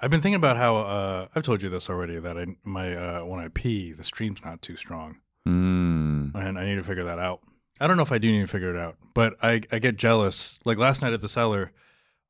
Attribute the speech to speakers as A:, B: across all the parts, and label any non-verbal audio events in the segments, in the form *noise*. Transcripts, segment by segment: A: I've been thinking about how uh, I've told you this already that I my uh, when I pee the stream's not too strong
B: Mm.
A: and I need to figure that out. I don't know if I do need to figure it out, but I I get jealous. Like last night at the cellar,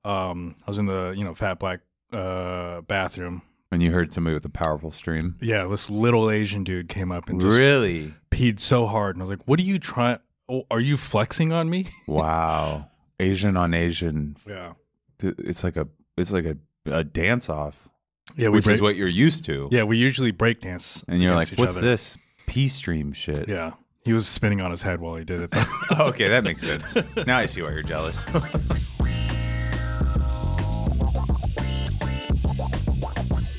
A: um, I was in the you know fat black uh bathroom.
B: And you heard somebody with a powerful stream.
A: Yeah, this little Asian dude came up and just
B: really?
A: peed so hard, and I was like, "What are you trying? Oh, are you flexing on me?"
B: Wow. Asian on Asian.
A: Yeah,
B: Th- It's like a it's like a, a dance off,
A: *laughs* yeah. We
B: which
A: break,
B: is what you're used to.
A: yeah we usually break dance
B: And you're
A: against each
B: like, what's
A: other."
B: this P stream shit?
A: Yeah, he was spinning on his head while he did it. though. *laughs*
B: *laughs* okay, that makes sense. Now I see why you're jealous.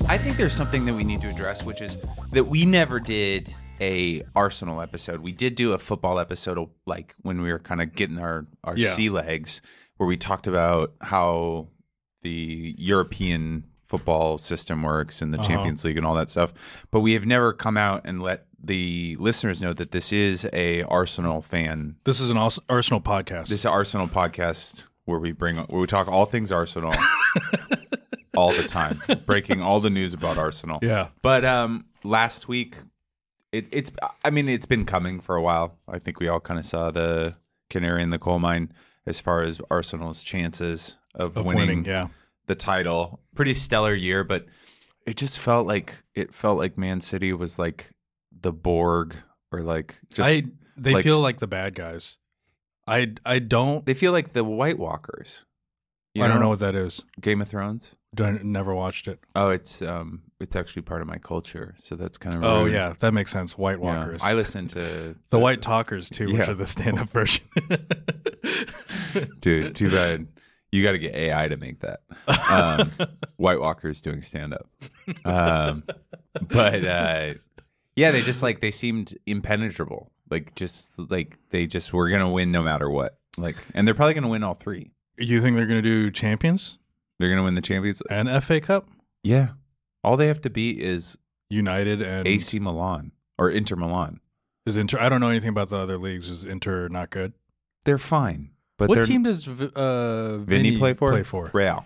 B: I think there's something that we need to address, which is that we never did a Arsenal episode. We did do a football episode, like when we were kind of getting our our
A: Yeah.
B: sea legs, where we talked about how the European football system works and the Champions League and all that stuff. But we have never come out and let the listeners know that this is a Arsenal fan
A: this is an Ars- Arsenal podcast.
B: this is an Arsenal podcast where we bring where we talk all
A: *laughs*
B: things Arsenal all the time, breaking all the news about Arsenal.
A: yeah,
B: But um, last week, it, it's I mean it's been coming for a while. I think we all kind of saw the canary in the coal mine as far as Arsenal's chances of,
A: of
B: winning,
A: winning. Yeah,
B: the title. Pretty stellar year, but it just felt like it felt like Man City was like the Borg or like just
A: I they
B: like-
A: feel like the bad guys. I I don't
B: they feel like the White Walkers. You
A: I don't know what that is.
B: Game of Thrones.
A: Do I never watched it.
B: Oh, it's um, it's actually part of my culture, so that's kind of
A: Oh
B: rude.
A: yeah, that makes sense. White
B: Yeah.
A: Walkers.
B: I listen *laughs* to
A: the White Talkers too, which
B: Yeah.
A: are the stand-up *laughs* version.
B: dude. Too bad you got to get AI to make that. Um, *laughs* White Walkers doing stand up, um, but uh, yeah, they just like they seemed impenetrable. Like just like they just were gonna win no matter what. Like, and they're probably gonna win all three.
A: you think they're going to do Champions
B: They're gonna win the Champions.
A: and FA Cup?
B: Yeah, all they have to beat is
A: United and
B: AC Milan or Inter Milan.
A: is Inter. I don't know anything about the other leagues. Is Inter not good?
B: They're fine, but
A: what
B: they're,
A: team does Vi- uh,
B: Vinny,
A: Vinny
B: play for?
A: Play for?
B: Real.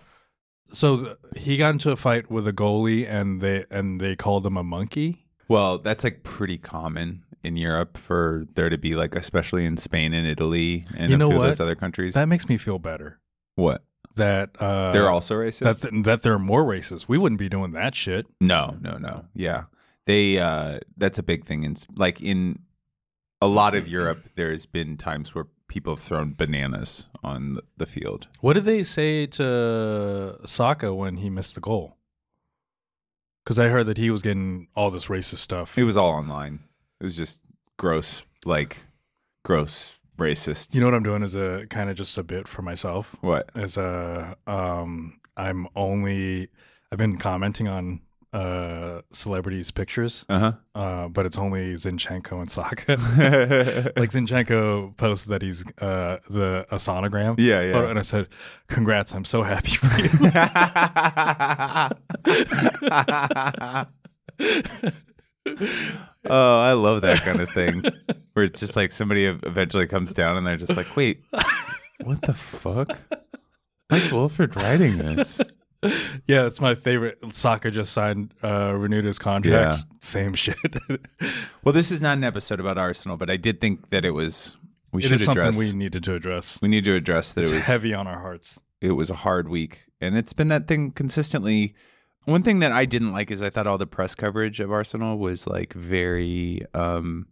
A: So th- he got into a fight with a goalie, and they and they called him a monkey.
B: Well, that's like pretty common in Europe for there to be like, especially in Spain and Italy and
A: You
B: a
A: know
B: few
A: what?
B: of those other countries.
A: That makes me feel better.
B: what?
A: That uh,
B: They're also racist?
A: that th- that they're more racist. We wouldn't be doing that shit.
B: no, no, no. Yeah. They, uh, that's a big thing. In, s- like in a lot of Europe, there's been times where people have thrown bananas on th- the field.
A: What did they say to Saka when he missed the goal? Because I heard that he was getting all this racist stuff.
B: It was all online. It was just gross, like gross racist.
A: you know what I'm doing is a kind of just a bit for myself.
B: what?
A: As a, um, I'm only I've been commenting on uh celebrities' pictures,
B: Uh
A: *laughs*
B: *laughs*
A: uh, but it's only Zinchenko and Saka.
B: huh.
A: like Zinchenko posted that he's uh the a sonogram.
B: Yeah, yeah.
A: photo, and I said, "Congrats! I'm so happy for
B: *laughs*
A: you."
B: *laughs* oh, I love that kind of thing. Where it's just like somebody ev- eventually comes down and they're just like, wait, what the fuck? Why's Wilfred writing this?
A: yeah, it's my favorite. Saka just signed uh renewed his contract. Same shit. *laughs*
B: Well, this is not an episode about Arsenal, but I did think that it was we
A: it
B: should
A: is something
B: address
A: we needed to address.
B: we need to address that
A: It's
B: it was
A: heavy on our hearts.
B: it was a hard week and it's been that thing consistently one thing that i didn't like is i thought all the press coverage of arsenal was like very um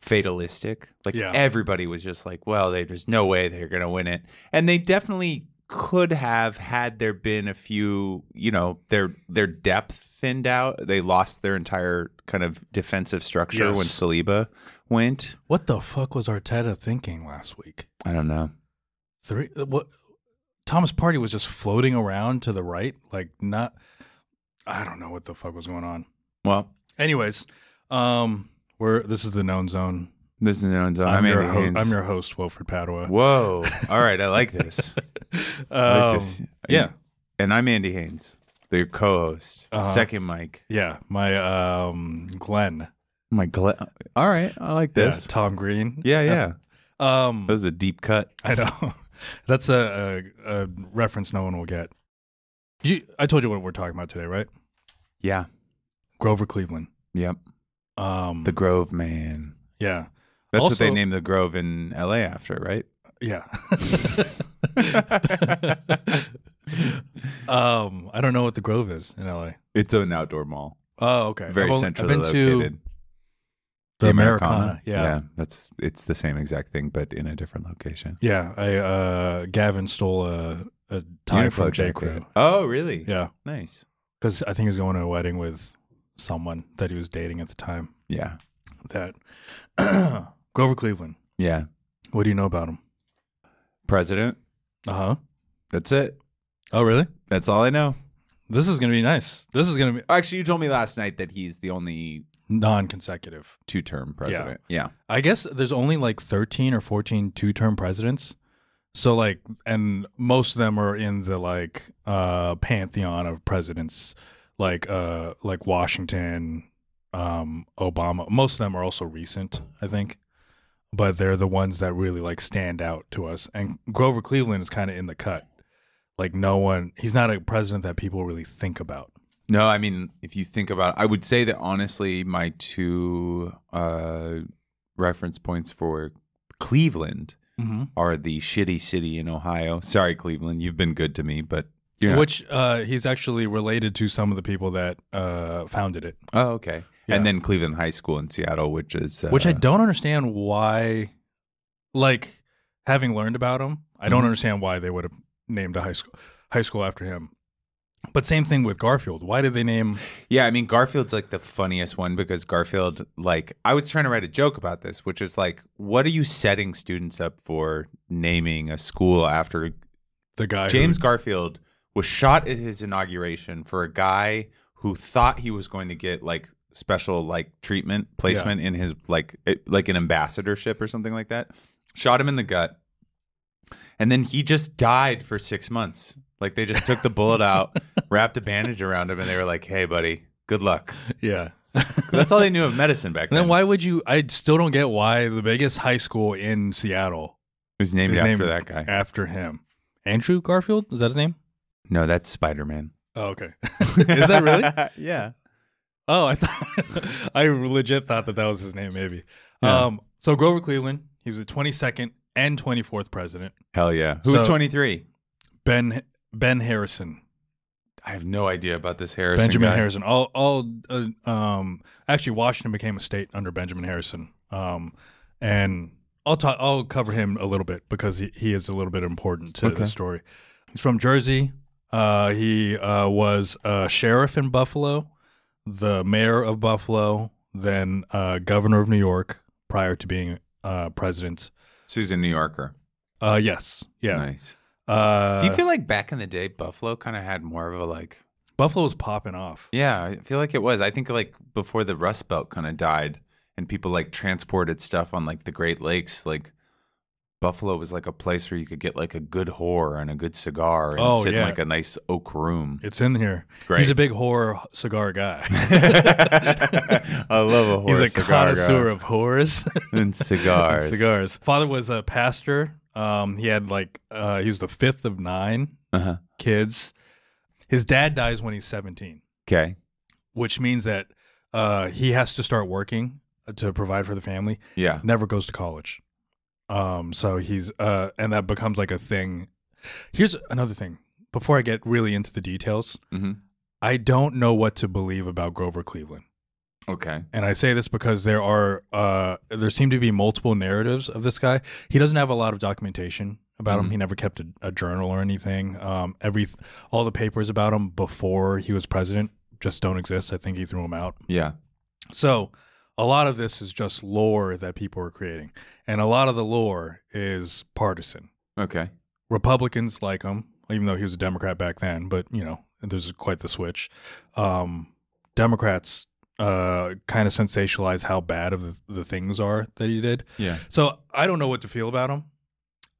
B: fatalistic like
A: Yeah.
B: everybody was just like well they, there's no way they're going to win it and they definitely could have had there been a few you know their their depth thinned out they lost their entire kind of defensive structure
A: Yes.
B: when saliba went
A: What the fuck was Arteta thinking last week?
B: i don't know
A: Three. uh, What? Thomas Party was just floating around to the right, like not. I don't know what the fuck was going on.
B: well
A: Anyways, um, we're this is the known zone.
B: this is no
A: I'm,
B: I'm,
A: your
B: Andy
A: ho-
B: Haynes.
A: I'm your host, Wilfred Padua.
B: Whoa. All right. I like this. I like
A: Um,
B: this.
A: yeah.
B: And I'm Andy Haynes, the co host,
A: Uh-huh.
B: second mic.
A: Yeah, my um Glenn.
B: My gla- All right. I like
A: Yeah, Tom Green.
B: Yeah. Yeah.
A: Um
B: That was a deep cut.
A: *laughs* I know. That's a, a a reference no one will get. You, I told you what we're talking about today, right?
B: Yeah.
A: Grover Cleveland.
B: Yep.
A: Um,
B: The Grove Man.
A: yeah,
B: That's what they
A: Also-
B: named the Grove in LA after, right? *laughs*
A: yeah. um, I don't know what the Grove is in LA.
B: It's an outdoor mall.
A: Oh, okay.
B: Very
A: I've only- I've
B: centrally
A: been
B: located.
A: to the Americana. Yeah. yeah.
B: That's it's the same exact thing, but in a different location.
A: I uh Gavin stole a a tie
B: Uniqlo
A: from J.
B: jacket.
A: Crew.
B: Oh, really?
A: Yeah.
B: Nice.
A: Because I think he was going to a wedding with someone that he was dating at the time.
B: Yeah.
A: That *clears throat* Grover Cleveland.
B: Yeah.
A: What do you know about him?
B: President.
A: Uh huh.
B: That's it.
A: Oh, really?
B: That's all I know.
A: This is gonna be nice. This is gonna be
B: Actually, you told me last night that he's the only
A: non-consecutive.
B: two-term president. Yeah.
A: I guess there's only like 13 or 14 two-term presidents. So like, and most of them are in the like uh, pantheon of presidents, like uh, like Washington, um, Obama. Most of them are also recent, I think, but they're the ones that really like stand out to us. And Grover Cleveland is kind of in the cut. Like no one, he's not a president that people really think about.
B: No, I mean, if you think about, it, I would say that honestly, my two uh, reference points for Cleveland
A: Mm-hmm.
B: are the shitty city in Ohio. Sorry, Cleveland, you've been good to me, but you're not.
A: Which uh, he's actually related to some of the people that uh, founded it.
B: Oh, okay.
A: Yeah.
B: And then Cleveland High School in Seattle, which is uh,
A: which I don't understand why. Like having learned about him, I don't
B: Mhm.
A: understand why they would have named a high school high school after him. But same thing with Garfield. Why did they name?
B: Yeah, I mean Garfield's like the funniest one because Garfield like I was trying to write a joke about this, which is like what are you setting students up for naming a school after
A: The guy who-
B: James Garfield was shot at his inauguration for a guy who thought he was going to get like special like treatment placement in his like it- like an ambassadorship or something like that. Shot him in the gut. And then he just died for 6 months. Like they just took the
A: *laughs*
B: bullet out, wrapped a bandage around him and they were like, "Hey buddy, good
A: *laughs*
B: luck."
A: *laughs* yeah.
B: 'Cause That's all they knew of medicine back
A: And
B: then.
A: then why would you? I still don't get why the biggest high school in Seattle
B: it was named
A: is
B: after
A: named
B: that guy.
A: *laughs* after him. Andrew Garfield is that his name?
B: No, that's Spider-Man.
A: Oh, okay. *laughs* is that really?
B: *laughs* yeah.
A: *laughs* Oh, I thought *laughs* I legit thought that that was his name. Maybe.
B: Yeah.
A: Um. So Grover Cleveland, he was the 22nd and 24th president.
B: Hell yeah. Who's
A: So-
B: 23?
A: Ben Ben Harrison,
B: I have no idea about this Harrison.
A: Benjamin
B: guy.
A: Harrison. All all uh, um actually Washington became a state under Benjamin Harrison. Um and I'll ta- I'll cover him a little bit because he, he is a little bit important to
B: Okay.
A: the story. He's from Jersey. Uh he uh was a sheriff in Buffalo, the mayor of Buffalo, then uh governor of New York prior to being uh president.
B: Susan New Yorker.
A: Uh yes. Yeah.
B: Nice.
A: Uh
B: Do you feel like back in the day, Buffalo kind of had more of a like?
A: Buffalo was popping off.
B: Yeah, I feel like it was. I think like before the Rust Belt kind of died and people like transported stuff on like the Great Lakes, like Buffalo was like a place where you could get like a good whore and a good cigar and
A: Oh,
B: sit in
A: yeah.
B: like a nice oak room.
A: It's in here.
B: Great.
A: He's a *laughs* big horror cigar guy. *laughs*
B: *laughs* I love a whore.
A: He's a
B: cigar
A: connoisseur
B: guy.
A: of horrors *laughs* and
B: and cigars.
A: cigars. Father was a pastor. Um, he had like uh, he was the fifth of nine
B: Uh-huh.
A: kids. His dad dies when he's seventeen,
B: Okay.
A: which means that uh, he has to start working to provide for the family.
B: Yeah.
A: Never goes to college. Um, so he's uh, and that becomes like a thing. Here's another thing. Before I get really into the details,
B: hmm
A: I don't know what to believe about Grover Cleveland.
B: Okay.
A: and I say this because there are uh, there seem to be multiple narratives of this guy. He doesn't have a lot of documentation about
B: Mhm.
A: him. He never kept a, a journal or anything. Um, every all the papers about him before he was president just don't exist. I think he threw them out.
B: Yeah.
A: So a lot of this is just lore that people are creating, and a lot of the lore is partisan.
B: Okay.
A: Republicans like him, even though he was a Democrat back then. But you know, there's quite the switch. Um, Democrats uh, kind of sensationalize how bad of the, the things are that he did.
B: Yeah.
A: So I don't know what to feel about him.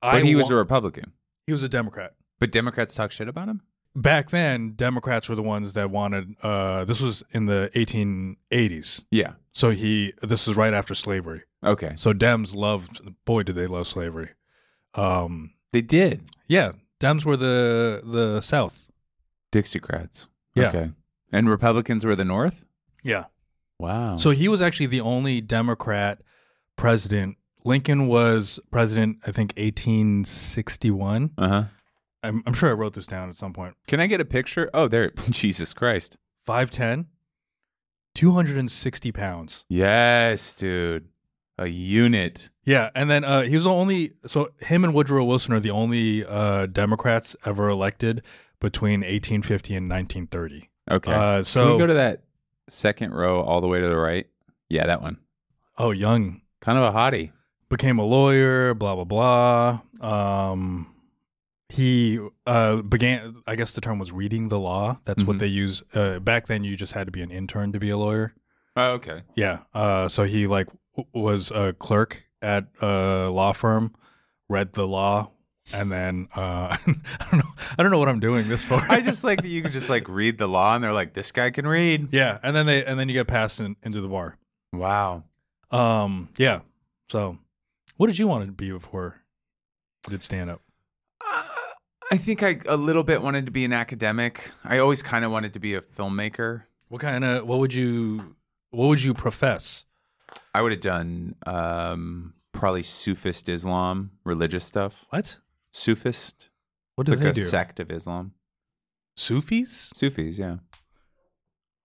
B: But he was
A: wa-
B: a Republican.
A: he was a Democrat.
B: But Democrats talk shit about him?
A: Back then, Democrats were the ones that wanted. Uh, this was in the 1880s,
B: Yeah.
A: so he. This is right after slavery.
B: Okay.
A: So Dems loved. Boy, did they love slavery. Um,
B: They did.
A: yeah, Dems were the the South.
B: Dixiecrats.
A: Yeah.
B: Okay. And Republicans were the North?
A: Yeah.
B: Wow.
A: So he was actually the only Democrat president. Lincoln was president, I think, 1861.
B: uh huh.
A: I'm, I'm sure I wrote this down at some point.
B: Can I get a picture? Oh, there. *laughs* Jesus Christ.
A: 5'10, 260 pounds.
B: Yes, dude. A unit.
A: Yeah. And then uh, he was the only, so him and Woodrow Wilson are the only uh, Democrats ever elected between 1850 and 1930.
B: Okay.
A: Uh,
B: Can
A: so,
B: we go to that second row all the way to the right? Yeah, that one.
A: oh, Young
B: Kind of a hottie.
A: became a lawyer, blah, blah, blah. Um, he uh, began, I guess the term was reading the law. That's what
B: Mhm.
A: they use. Uh, back then, you just had to be an intern to be a lawyer.
B: Oh, okay.
A: Yeah. Uh, so he like w- was a clerk at a law firm, read the law, and then uh, *laughs* I don't know. I don't know what I'm doing this for.
B: I just like that you could just like read the law and they're like, this guy can read.
A: *laughs* yeah, and then they and then you get passed in, into the bar.
B: Wow.
A: Um. Yeah. So, what did you want to be before you did stand up?
B: Uh, I think I a little bit wanted to be an academic. I always kind of wanted to be a filmmaker.
A: What kind of what would you what would you profess?
B: I would have done um, probably Sufist Islam, religious stuff.
A: What?
B: Sufist.
A: What do
B: It's like
A: they
B: a
A: do?
B: sect of Islam.
A: Sufis?
B: Sufis, yeah.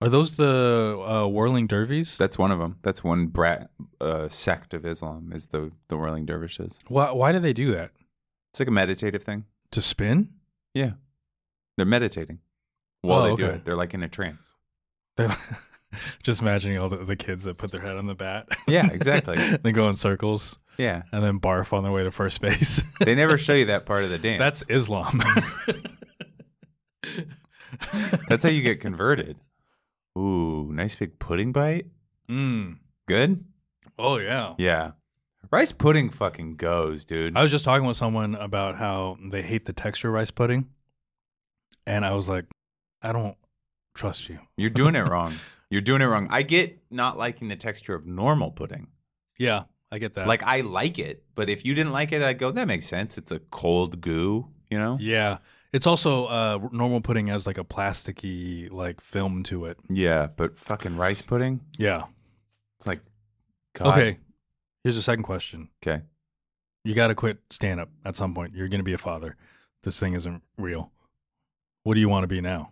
A: Are those the uh, whirling dervies?
B: That's one of them. That's one brat uh, sect of Islam is the the whirling dervishes.
A: why? Why do they do that?
B: It's like a meditative thing.
A: To spin?
B: Yeah, they're meditating while
A: Oh,
B: they do
A: okay.
B: it. They're like in a trance.
A: They're- *laughs* just imagining all the, the kids that put their head on the bat.
B: Yeah,
A: *laughs*
B: exactly.
A: they go in circles
B: yeah,
A: and then barf on their way to first
B: *laughs*
A: base.
B: they never show you that part of the dance.
A: That's
B: *laughs*
A: Islam.
B: that's how you get converted. Ooh, nice big pudding bite.
A: mm.
B: Good.
A: Oh, yeah.
B: Yeah, rice pudding fucking goes, dude.
A: I was just talking with someone about how they hate the texture of rice pudding. And I was like, I don't trust you.
B: You're doing it wrong. You're doing it wrong. I get not liking the texture of normal pudding.
A: Yeah, I get that.
B: Like I like it, but if you didn't like it, I'd go, that makes sense. It's a cold goo, you know?
A: yeah. It's also uh, normal pudding has like a plasticky like film to it.
B: Yeah, but fucking rice pudding?
A: Yeah.
B: It's like God.
A: Okay. Here's the second question.
B: Okay.
A: you got to quit stand up at some point. You're going to be a father. This thing isn't real. What do you want to be now?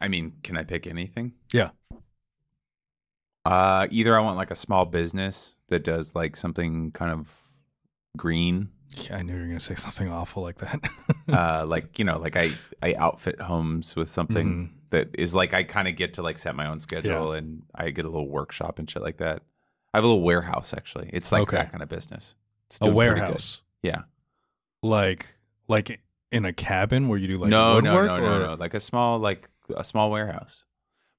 B: I mean, can I pick anything?
A: Yeah.
B: Uh either I want like a small business that does like something kind of green.
A: I knew you were going to say *laughs* something awful like that. *laughs*
B: uh like, you know, like I I outfit homes with something
A: Mm-hmm.
B: that is like I kind of get to like set my own schedule and I get a little workshop and shit like that. I have a little warehouse actually. It's like
A: Okay.
B: that kind of business. It's
A: a
B: doing pretty good.
A: warehouse.
B: Yeah.
A: Like like in a cabin where you do like
B: no, no,
A: woodwork
B: no, no,
A: or-
B: no. Like a small, like a small warehouse.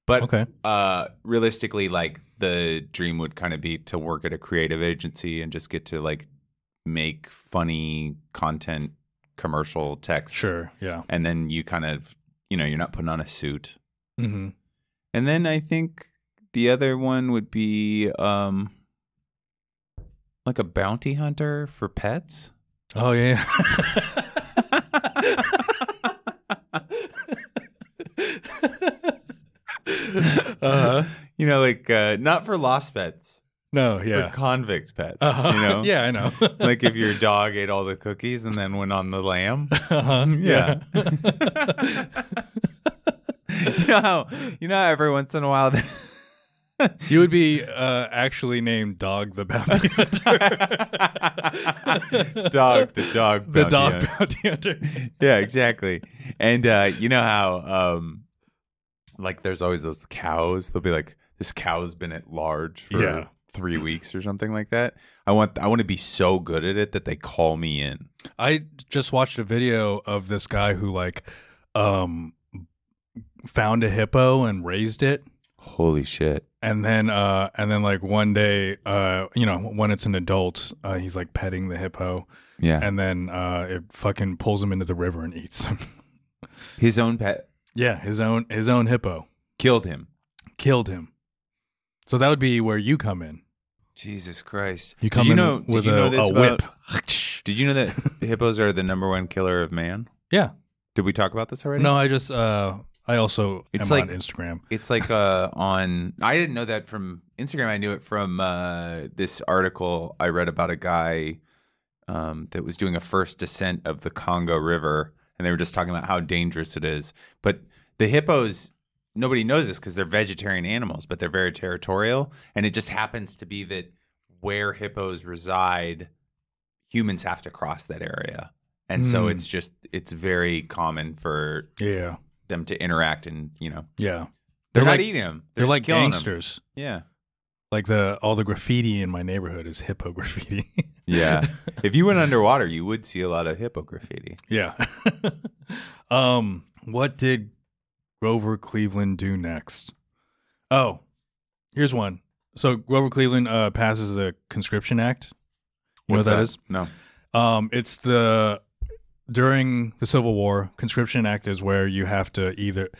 B: But
A: Okay.
B: uh, realistically, like the dream would kind of be to work at a creative agency and just get to like make funny content, commercial text.
A: Sure. Yeah.
B: And then you kind of, you know, you're not putting on a suit.
A: hmm
B: And then I think the other one would be um like a bounty hunter for pets.
A: Oh yeah. *laughs* uh
B: You know, like uh not for lost pets,
A: No,
B: yeah.
A: yeah.
B: for convict pets.
A: Uh-huh.
B: You know?
A: *laughs* Yeah, I know.
B: like if your dog ate all the cookies and then went on
A: *laughs*
B: the lamb. *laughs*
A: uh-huh.
B: Yeah.
A: yeah.
B: you know how you know how every once in
A: *laughs*
B: a while
A: *laughs*
B: *laughs*
A: You would be uh, actually named Dog the Bounty Hunter.
B: dog the
A: *laughs*
B: dog
A: the
B: bounty
A: Dog
B: hunter.
A: Bounty Hunter.
B: yeah, exactly. And uh, you know how um, like there's always those cows. They'll be like, this cow's been at large for
A: Yeah.
B: three weeks or something like that. I want I want to be so good at it that they call me in.
A: I just watched a video of this guy who like um, found a hippo and raised it.
B: Holy shit!
A: And then, uh, and then, like one day, uh, you know, when it's an adult, uh, he's like petting the hippo,
B: Yeah,
A: and then uh, it fucking pulls him into the river and eats him. *laughs*
B: his own pet
A: yeah, his own his own hippo
B: killed him.
A: killed him. So that would be where you come in.
B: Jesus Christ!
A: You come
B: did you
A: in
B: know,
A: with
B: did you know
A: a,
B: this
A: a
B: about- *laughs*
A: whip. *laughs*
B: Did you know that hippos are the number one killer of man?
A: yeah.
B: Did we talk about this already?
A: No, I just uh I also
B: It's
A: am
B: like-
A: on Instagram.
B: It's like uh, on. I didn't know that from Instagram. I knew it from uh, this article I read about a guy um, that was doing a first descent of the Congo River, and they were just talking about how dangerous it is. But the hippos, nobody knows this because they're vegetarian animals, but they're very territorial, and it just happens to be that where hippos reside, humans have to cross that area, and so
A: Mm.
B: it's just it's very common for
A: Yeah.
B: them to interact and you know
A: Yeah.
B: they're,
A: They're
B: not
A: like-
B: eating them.
A: They're,
B: just
A: like
B: killing 'em.
A: gangsters.
B: Yeah.
A: Like the all the graffiti in my neighborhood is hippo *laughs* graffiti. *laughs*
B: Yeah. *laughs* if you went underwater, you would see a lot of hippo graffiti.
A: yeah. *laughs* um what did Grover Cleveland do next? Oh, here's one. So Grover Cleveland uh, passes the Conscription Act. You know what that is?
B: No.
A: Um, it's the during the Civil War, conscription act is where you have to either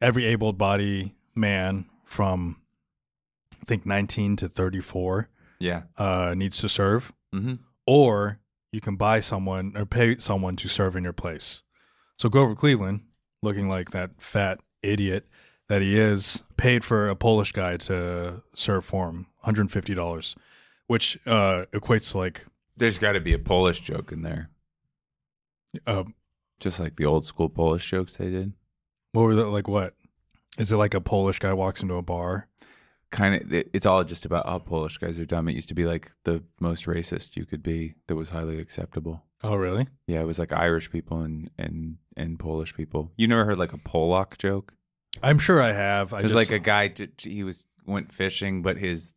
A: every able body man from I think 19 to 34
B: Yeah.
A: uh, needs to serve,
B: hmm
A: or you can buy someone or pay someone to serve in your place. So Grover Cleveland, looking like that fat idiot that he is, paid for a Polish guy to serve for him, $150, which uh, equates to like
B: There's got to be a Polish joke in there,
A: a
B: just like the old school Polish jokes they did.
A: What were the like? What is it like? A Polish guy walks into a bar.
B: Kind of. It's all just about how Polish guys are dumb. It used to be like the most racist you could be that was highly acceptable.
A: Oh, really?
B: Yeah, it was like Irish people and and and Polish people. You never heard like a Polak joke?
A: I'm sure I have. I
B: There's
A: just,
B: like a guy. t- t- he was went fishing, but his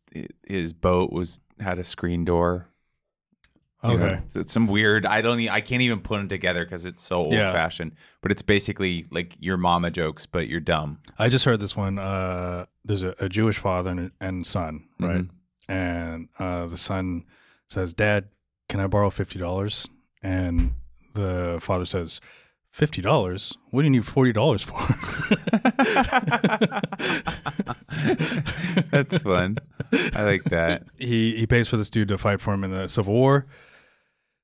B: his boat was had a screen door.
A: okay.
B: You know, it's- it's some weird. I don't. e- I can't even put them together because it's so old
A: Yeah.
B: fashioned. But it's basically like your mama jokes, but you're dumb.
A: I just heard this one. Uh, there's a, a Jewish father and, and son, right?
B: Mhm.
A: And uh, the son says, "Dad, can I borrow fifty dollars?" And the father says, 50 dollars? What do you need forty dollars for?"
B: That's fun. I like *laughs* that.
A: he he pays for this dude to fight for him in the Civil War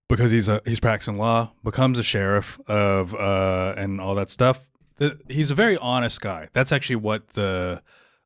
A: because he's a he's practicing law, becomes a sheriff of uh and all that stuff. The, he's a very honest guy. That's actually what the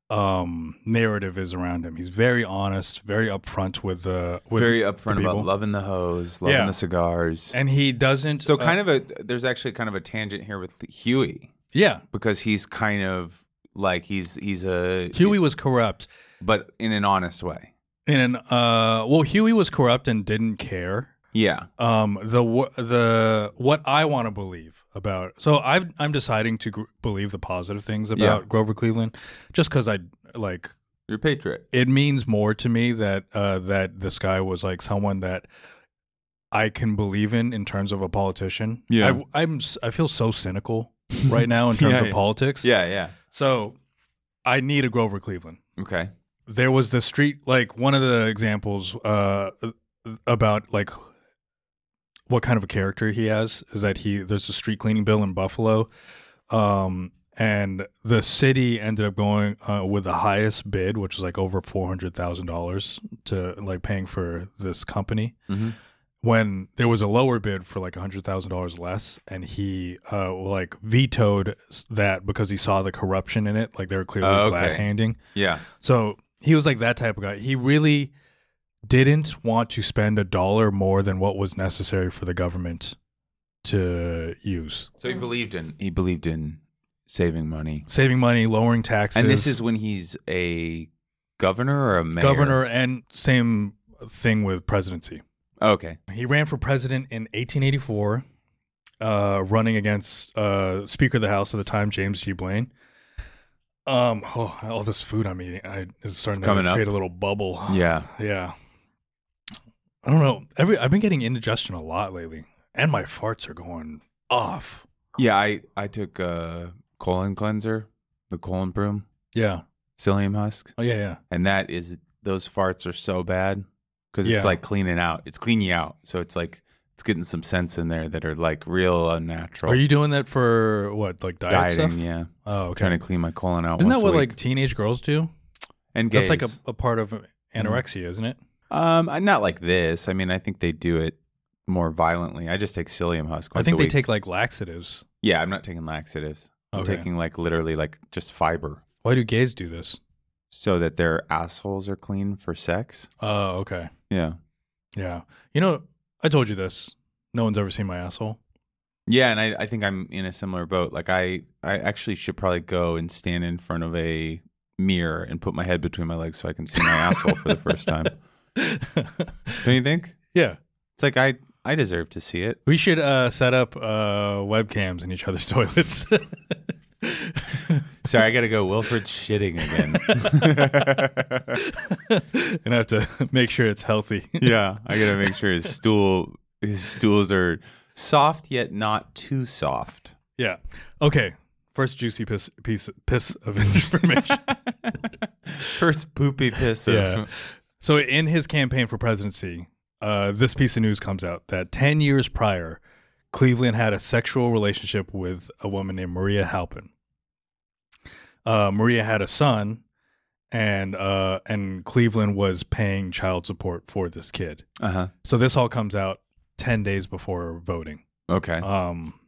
A: um narrative is around him. He's very honest, very upfront with the with,
B: Very upfront
A: the people.
B: about loving the hose, loving
A: Yeah. Uh,
B: the cigars.
A: and he doesn't
B: so kind of a there's actually kind of a tangent here with Huey
A: yeah.
B: because he's kind of like he's he's a
A: Huey was corrupt
B: but in an honest way.
A: in an uh well Huey was corrupt and didn't care.
B: Yeah.
A: um the wh- the what I want to believe about so I've, I'm deciding to gr- believe the positive things about Grover Cleveland just because I like
B: You're a patriot.
A: it means more to me that uh that this guy was like someone that I can believe in in terms of a politician
B: Yeah.
A: I, am I feel so cynical right now in
B: *laughs*
A: terms
B: Yeah,
A: of
B: yeah.
A: politics
B: Yeah, yeah.
A: so I need a Grover Cleveland
B: Okay.
A: there was the street like one of the examples uh about like what kind of a character he has is that he there's a street cleaning bill in Buffalo um and the city ended up going uh, with the highest bid which was like over $400,000 to like paying for this company
B: Mhm.
A: when there was a lower bid for like $100,000 less and he uh like vetoed s- that because he saw the corruption in it like they were clearly
B: Oh, okay.
A: glad-handing
B: Yeah.
A: so he was like that type of guy. He really didn't want to spend a dollar more than what was necessary for the government to use.
B: So he believed in he believed in saving money.
A: Saving money, lowering taxes.
B: And this is when he's a governor or a mayor?
A: governor and same thing with presidency. *sighs*
B: Okay.
A: He ran for president in 1884, uh, running against uh, Speaker of the House at the time, James G. Blaine. Um, oh, all this food I'm eating I, is starting
B: coming
A: to
B: up.
A: create a little bubble.
B: Yeah.
A: Yeah. I don't know. Every I've been getting indigestion a lot lately, and my farts are going off.
B: Yeah, I I took uh colon cleanser, the colon broom,
A: Yeah.
B: psyllium husk,
A: Oh yeah, yeah.
B: and that is those farts are so bad cuz it's
A: Yeah.
B: like cleaning out. It's cleaning you out. So it's like it's getting some scents in there that are like real unnatural.
A: Are you doing that for what, like diet
B: dieting?
A: stuff?
B: Yeah.
A: Oh, okay.
B: Trying to clean my colon out.
A: isn't
B: once
A: that
B: a
A: what
B: week.
A: like teenage girls do?
B: and gays.
A: That's like a, a part of anorexia,
B: Mm-hmm.
A: isn't it?
B: Um, I- not like this. I mean, I think they do it more violently. I just take psyllium husk.
A: I
B: once
A: think
B: a
A: they
B: week.
A: take like laxatives
B: Yeah, I'm not taking laxatives. I'm
A: Okay.
B: taking like literally like just fiber
A: Why do gays do this?
B: so that their assholes are clean for sex.
A: Oh, okay.
B: Yeah.
A: Yeah. You know, I told you this. No one's ever seen my asshole. *laughs*
B: Yeah, and I, I think I'm in a similar boat. Like I, I actually should probably go and stand in front of a mirror and put my head between my legs so I can see *laughs* my asshole for the first time. Don't you think?
A: yeah.
B: It's like I I deserve to see it.
A: We should uh, set up uh, webcams in each other's *laughs* toilets.
B: Sorry, I gotta go. Wilfred's shitting again.
A: *laughs* and I have to make sure it's healthy.
B: *laughs*
A: *laughs*
B: yeah, I gotta make sure his stool his stools are soft yet not too soft.
A: yeah. Okay. First juicy piss, piece piss of *laughs* information.
B: First poopy piss of *laughs*
A: Yeah. So in his campaign for presidency, uh, this piece of news comes out that 10 years prior, Cleveland had a sexual relationship with a woman named Maria Halpin. Uh, Maria had a son, and uh, and Cleveland was paying child support for this kid.
B: Uh huh.
A: So this all comes out 10 days before voting.
B: Okay.
A: Um,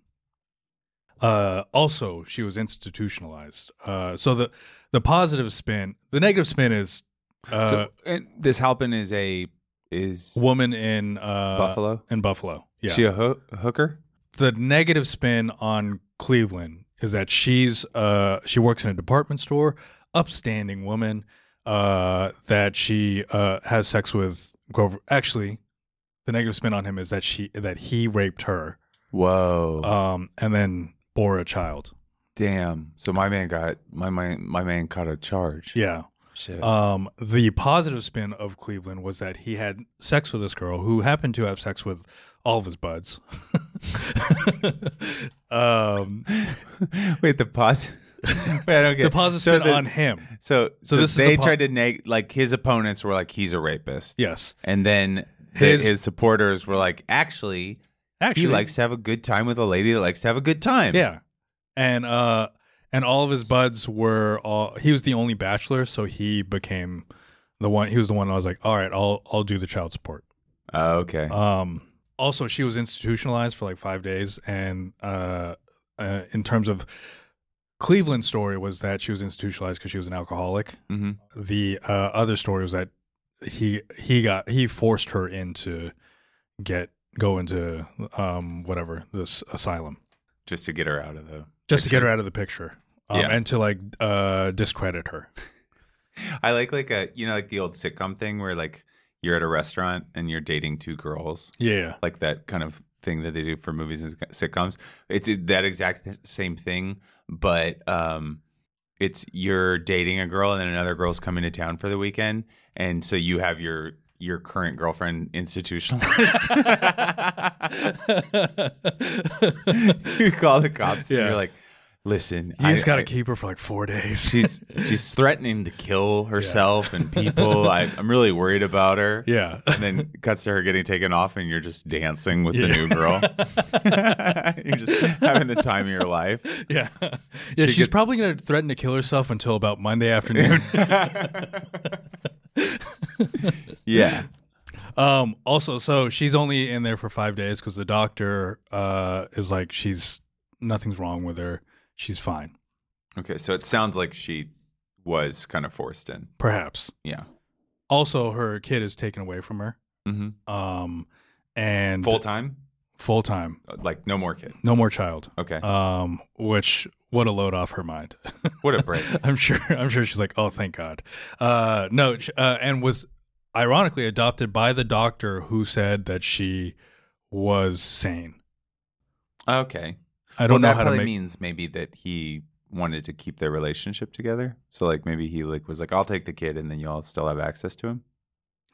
A: uh, also, she was institutionalized. Uh, so the the positive spin, the negative spin is uh,
B: so, and this Halpin is a is
A: woman in uh,
B: Buffalo.
A: In Buffalo, yeah.
B: She a hoo- hooker?
A: the negative spin on Cleveland is that she's uh, she works in a department store, upstanding woman. Uh, that she uh, has sex with Grover. Actually, the negative spin on him is that she that he raped her,
B: Whoa.
A: um, and then bore a child.
B: Damn. So my man got my man my man caught a charge.
A: Yeah.
B: Shit.
A: Um, the positive spin of Cleveland was that he had sex with this girl who happened to have sex with all of his buds. *laughs* um,
B: *laughs* Wait, the
A: *laughs*
B: pause. Wait, I don't get
A: the positive
B: so
A: spin
B: the-
A: on him.
B: So, so,
A: this is
B: they
A: a po-
B: tried to neg like his opponents were like he's a rapist.
A: Yes.
B: And then his
A: His-
B: his supporters were like, actually,
A: Actually,
B: he likes to have a good time with a lady that likes to have a good time.
A: yeah. And, uh, and all of his buds were all, he was the only bachelor. So he became the one, he was the one I was like, all right, I'll, I'll do the child support.
B: Oh, okay.
A: Um, also, she was institutionalized for like five days, and uh, uh, in terms of Cleveland's story was that she was institutionalized because she was an alcoholic.
B: Mhm.
A: The uh, other story was that he he got he forced her into get go into um whatever this asylum
B: Just to get her out of the.
A: just to get her out of the picture um,
B: Yeah.
A: and to like uh discredit her.
B: I like like a you know like the old sitcom thing where like you're at a restaurant and you're dating two girls
A: Yeah,
B: like that kind of thing that they do for movies and sitcoms. It's that exact th- same thing, but um, it's you're dating a girl and then another girl's coming to town for the weekend, and so you have your your
A: *laughs*
B: current girlfriend institutionalized. *laughs* you call the cops. and
A: Yeah.
B: you're like, listen,
A: you just
B: I-
A: gotta
B: I-
A: keep her for like four days.
B: She's she's threatening to kill herself and
A: *laughs*
B: people. I, I'm really worried about her.
A: yeah.
B: And then cuts to her getting taken off, and you're just dancing with the
A: Yeah.
B: new
A: *laughs*
B: girl. *laughs* you're just having the time of your life.
A: Yeah.
B: *laughs*
A: Yeah, she's
B: gets-
A: probably going to threaten to kill herself until about Monday
B: *laughs*
A: afternoon.
B: Yeah.
A: um also so she's only in there for 5 days cuz the doctor uh is like she's nothing's wrong with her. She's fine.
B: Okay. So it sounds like she was kind of forced in.
A: Perhaps.
B: Yeah.
A: Also her kid is taken away from her.
B: Mm-hmm.
A: Um and
B: Full time,
A: full time.
B: like no more kid.
A: No more child.
B: Okay.
A: Um which what a load off her mind.
B: what a break.
A: *laughs* I'm sure. I'm sure she's like, oh, thank God. Uh, no, sh- uh, and was ironically adopted by the doctor who said that she was sane.
B: Okay.
A: *laughs* I don't
B: well,
A: know
B: that
A: how to
B: probably
A: make.
B: means maybe that he wanted to keep their relationship together. So like maybe he like was like, I'll take the kid, and then y'all still have access to him.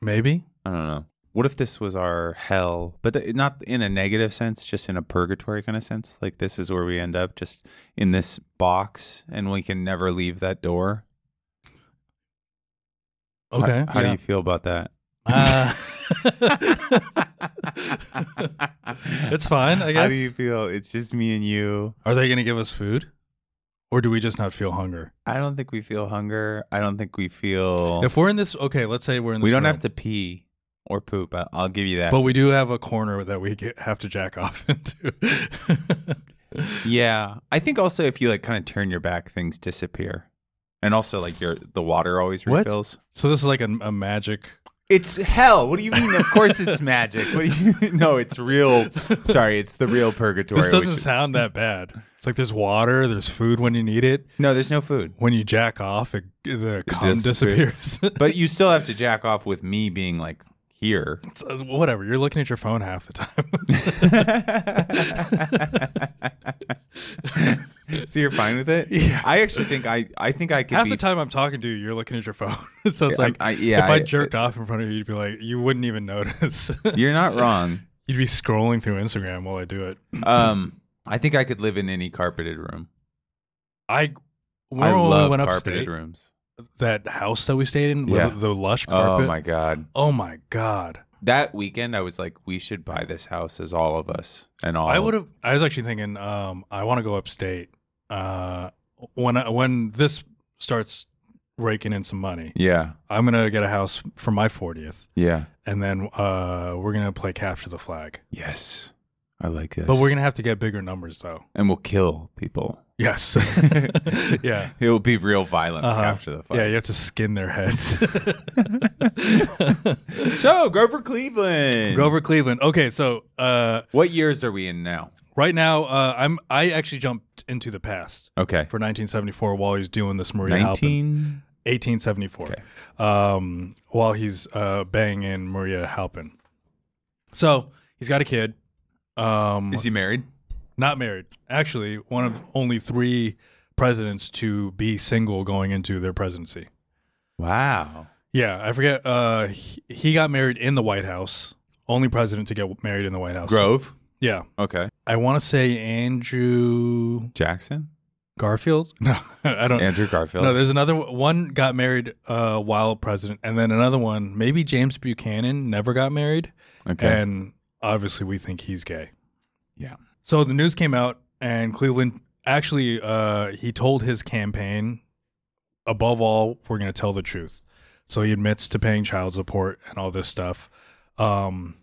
A: maybe.
B: I don't know. What if this was our hell, but th- not in a negative sense, just in a purgatory kind of sense? Like this is where we end up, just in this box, and we can never leave that door. How-
A: Okay.
B: How, do you feel about that?
A: yeah. *laughs* uh, *laughs* it's fine, I guess.
B: *laughs* How do you feel? It's just me and you.
A: Are they going to give us food, or do we just not feel hunger?
B: I don't think we feel hunger. I don't think we feel.
A: If we're in this, okay, let's say we're in. This
B: we don't
A: room,
B: have to pee or poop. I- I'll give you that.
A: *laughs* But we do have a corner that we get, have to jack off into.
B: yeah. I think also if you like kind of turn your back, things disappear, and also like your the water always
A: What?
B: refills.
A: So this is like a, a magic.
B: It's hell. What do you mean? Of course, it's magic. What do you? No, it's real. Sorry, it's the real purgatory.
A: This doesn't
B: which-
A: sound that bad. It's like there's water, there's food when you need it.
B: no, there's no food,
A: When you jack off, it, the cum
B: disappears.
A: disappears. *laughs*
B: but you still have to jack off with me being like here. *laughs*
A: It's, uh, whatever. You're looking at your phone half the time. *laughs*
B: so you're fine with it?
A: Yeah.
B: I actually think I I think I could
A: half
B: be
A: the time I'm talking to you, you're looking at your phone. *laughs* so it's
B: I'm-
A: like
B: I- yeah,
A: if I,
B: I- uh,
A: jerked off in front of you, you'd be like, you wouldn't even notice.
B: *laughs*
A: *laughs*
B: You're not wrong.
A: you'd be scrolling through Instagram while I do it.
B: Um, I think I could live in any carpeted room.
A: I
B: I
A: remember when we
B: love
A: went
B: carpeted
A: upstate,
B: rooms.
A: that house that we stayed in
B: Yeah.
A: with the lush carpet.
B: Oh my god!
A: Oh my god!
B: That weekend, I was like, we should buy this house as all of us and all.
A: I would have. I was actually thinking. Um, I want to go upstate. Uh, when I, when this starts raking in some money,
B: Yeah,
A: I'm gonna get a house for my 40th,
B: yeah,
A: and then uh, we're gonna play capture the flag.
B: yes. I like this.
A: But we're gonna have to get bigger numbers though.
B: and we'll kill
A: *laughs*
B: people.
A: Yes. yeah.
B: It will be real violence
A: Uh-huh.
B: after the fight.
A: Yeah, you have to skin their heads.
B: So Grover Cleveland.
A: Grover Cleveland. Okay, so uh,
B: What years are we in now?
A: right now uh, I'm I actually jumped into the past
B: Okay.
A: for 1974 while he's doing this Maria Halpin.
B: Nineteen.
A: 1874 um, while he's uh, banging Maria Halpin. So he's got a kid. Um,
B: Is he married?
A: not married. Actually, one of only three presidents to be single going into their presidency.
B: Wow.
A: Yeah, I forget. Uh, he, he got married in the White House. Only president to get married in the White House.
B: Grove.
A: Yeah,
B: Okay.
A: I want to say Andrew
B: Jackson.
A: Garfield. *laughs* No, I don't.
B: Andrew Garfield.
A: No, there's another one one got married uh, while president, and then another one, maybe James Buchanan, never got married,
B: okay.
A: and obviously we think he's gay.
B: Yeah.
A: So the news came out, and Cleveland actually uh, he told his campaign, above all, we're going to tell the truth. So he admits to paying child support and all this stuff. Um,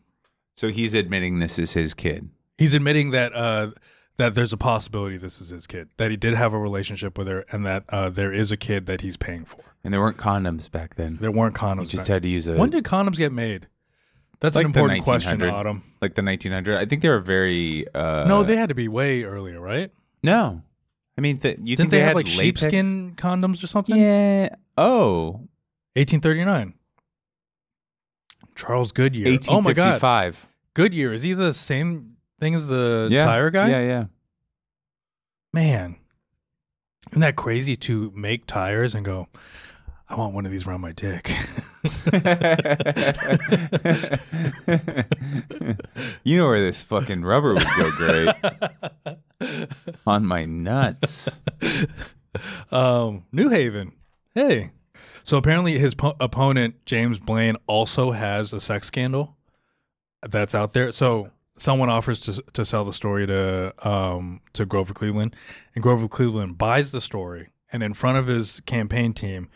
B: So he's admitting this is his kid.
A: he's admitting that uh, that there's a possibility this is his kid, that he did have a relationship with her, and that uh, there is a kid that he's paying for.
B: And there weren't condoms back then.
A: There weren't condoms.
B: You just
A: back-
B: had to use a
A: When did condoms get made? That's
B: Like
A: an
B: the
A: important question,
B: 1900.
A: Autumn.
B: like the 1900. I think they were very uh,
A: no, they had to be way earlier, right?
B: no. I mean, th- you
A: Didn't
B: think
A: they,
B: had
A: have like
B: latex?
A: sheepskin condoms or something?
B: Yeah. Oh,
A: 1839. Charles Goodyear. Oh my God,
B: 1855.
A: Goodyear is he the same thing as the
B: yeah.
A: tire guy?
B: Yeah, yeah. *laughs*
A: Man, isn't that crazy to make tires and go? I want one of these around my
B: *laughs*
A: dick. *laughs*
B: you know where this fucking rubber would go great *laughs* on my nuts.
A: Um, New Haven. Hey. So apparently his po- opponent James Blaine also has a sex scandal that's out there. So someone offers to to sell the story to um to Grover Cleveland, and Grover Cleveland buys the story and in front of his campaign team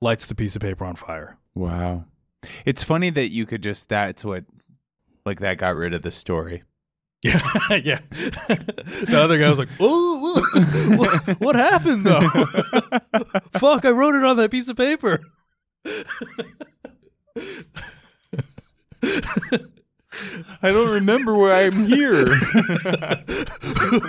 A: lights the piece of paper on fire. *laughs*
B: Wow, it's funny that you could just that's what like that got rid of the story.
A: Yeah, *laughs* yeah. the other guy was like, "Oh, *laughs* what, what happened though? *laughs* Fuck, I wrote it on that piece of paper." *laughs*
B: I don't remember why I'm here.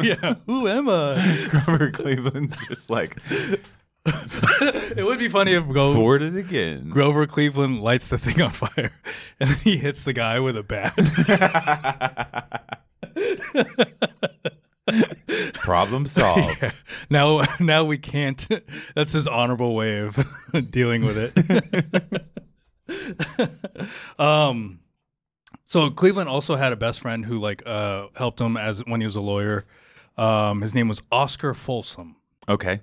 A: yeah, who am I?
B: *laughs* Robert Cleveland's just like
A: *laughs* It would be funny if Gro-
B: forward it again.
A: Grover Cleveland lights the thing on fire, *laughs* and then he hits the guy with a bat. *laughs*
B: *laughs*
A: *laughs*
B: Problem solved.
A: now, now we can't. *laughs* That's his honorable way of *laughs* dealing with it. *laughs* um, so Cleveland also had a best friend who like uh helped him as when he was a lawyer. Um, his name was Oscar Folsom.
B: Okay.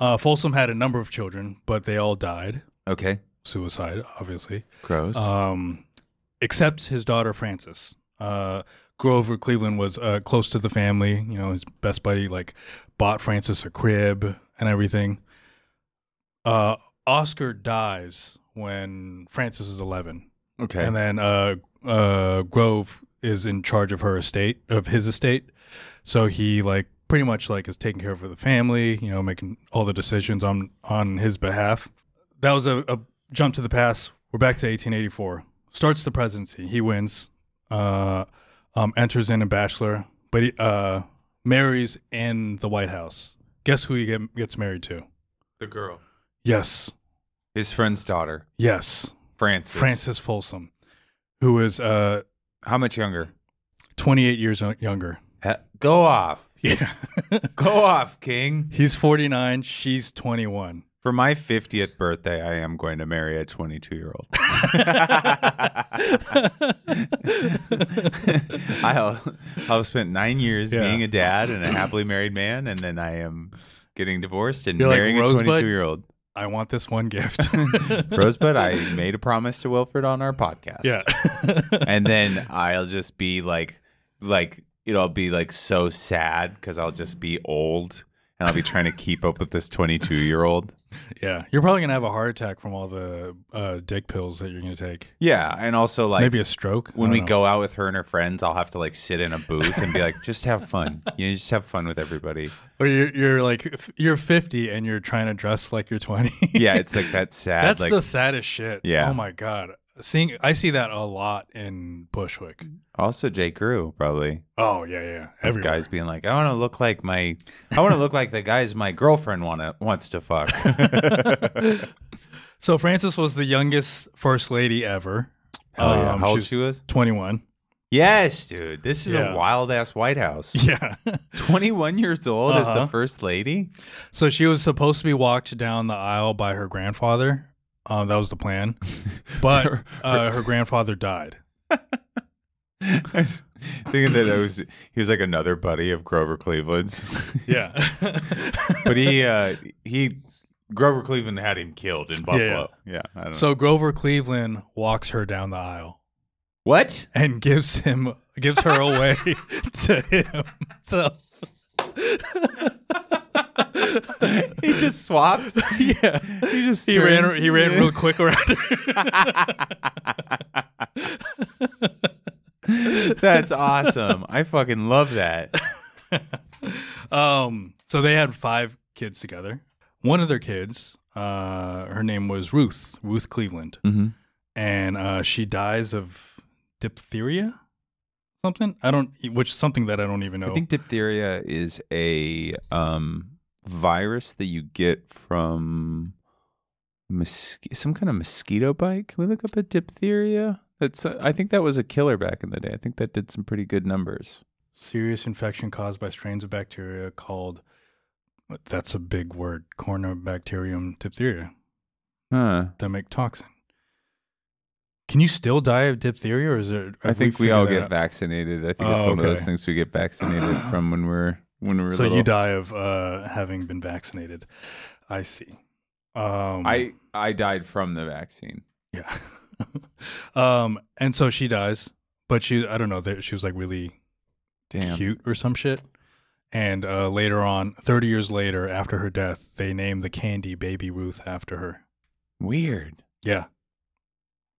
A: Uh, Folsom had a number of children, but they all died
B: Okay.
A: suicide, obviously.
B: Gross.
A: um, except his daughter Frances. Uh, Grover Cleveland was uh, close to the family. You know, his best buddy like bought Frances a crib and everything. Uh, Oscar dies when Frances is eleven,
B: okay.
A: and then uh, uh, Grove is in charge of her estate, of his estate. So he like pretty much like is taking care of the family, you know, making all the decisions on on his behalf. That was a, a jump to the past. We're back to 1884. Starts the presidency. He wins. Uh, um, enters in a bachelor, but he, uh, marries in the White House. Guess who he get, gets married to?
B: The girl.
A: Yes,
B: His friend's daughter,
A: yes,
B: Frances.
A: Frances Folsom, who is uh,
B: How much younger?
A: 28 years yo- younger.
B: He- Go off. *laughs*
A: Yeah.
B: Go off, King.
A: *laughs* He's 49, she's 21.
B: For my 50th birthday, I am going to marry a 22 year old. *laughs* I'll, I'll spend nine years
A: Yeah.
B: being a dad and a happily married man, and then I am getting divorced and
A: You're like,
B: marrying a
A: "Rosebud?"
B: 22 year old.
A: I want this one
B: *laughs*
A: gift. *laughs*
B: Rosebud, I made a promise to Wilfred on our podcast.
A: yeah.
B: and then I'll just be like, like you know, I'll be like so sad because I'll just be old and I'll be trying to keep up with this 22 year old.
A: yeah. You're probably going to have a heart attack from all the uh, dick pills that you're going to take.
B: Yeah, and also like
A: Maybe a stroke.
B: when
A: I
B: we
A: don't know.
B: go out with her and her friends, I'll have to like sit in a booth and be like, just have fun. You know, just have fun with everybody.
A: Or you're, you're like, f- you're 50 and you're trying to dress like you're 20.
B: *laughs* Yeah, it's like that sad.
A: *laughs* That's
B: like
A: the saddest shit.
B: Yeah.
A: Oh my God. Seeing, I see that a lot in Bushwick.
B: also Jay Grew probably
A: Oh, yeah, yeah.
B: Of
A: Everywhere.
B: guys being like, I want to look like my, I want to look like the guys my girlfriend wanna wants to
A: *laughs*
B: fuck.
A: So Frances was the youngest first lady ever.
B: Hell yeah.
A: Um,
B: How old
A: she's
B: she was?
A: 21.
B: Yes, dude. This is
A: Yeah.
B: a wild ass White House.
A: *laughs*
B: *laughs*
A: Yeah.
B: 21 years old as
A: Uh-huh.
B: the first
A: *laughs*
B: lady? *laughs*
A: So she was supposed to be walked down the aisle by her grandfather. Um, that was the *laughs* plan, but uh, her grandfather died.
B: I was thinking that it was he was like another buddy of
A: *laughs*
B: Grover Cleveland's.
A: Yeah,
B: but he uh he Grover Cleveland had him killed in Buffalo. Yeah. I don't know.
A: so Grover Cleveland walks her down the aisle
B: What?
A: and gives him gives her *laughs* away to him. So
B: *laughs* he just swaps.
A: *laughs* yeah,
B: *laughs* He just
A: he ran
B: turns-
A: he ran real *laughs* quick around. her.
B: *laughs* That's awesome. I fucking love that.
A: Um, so they had five kids together. One of their kids, uh, her name was Ruth Ruth Cleveland.
B: Mhm.
A: and uh, she dies of diphtheria, something I don't, which is something that I don't even know.
B: I think diphtheria is a um, virus that you get from mos- some kind of mosquito bite. Can we look up a diphtheria? That's uh, I think that was a killer back in the day. I think that did some pretty good numbers.
A: Serious infection caused by strains of bacteria called that's a big word, Corynebacterium diphtheria
B: Huh.
A: that make toxin. Can you still die of diphtheria, or is it?
B: I
A: have
B: think we all get
A: figured that
B: vaccinated. I think it's
A: Oh,
B: one of those
A: okay.
B: things we
A: *clears throat*
B: get vaccinated from when we're when we
A: out?
B: we're
A: So you
B: little.
A: die of uh, having been vaccinated. I see. Um,
B: I I died from the vaccine.
A: Yeah. *laughs* um, and so she dies, but she I don't know, they- she was like really cute or some shit. And uh, later on, 30 years later after her death, they named the candy Baby Ruth after her.
B: Weird.
A: Yeah.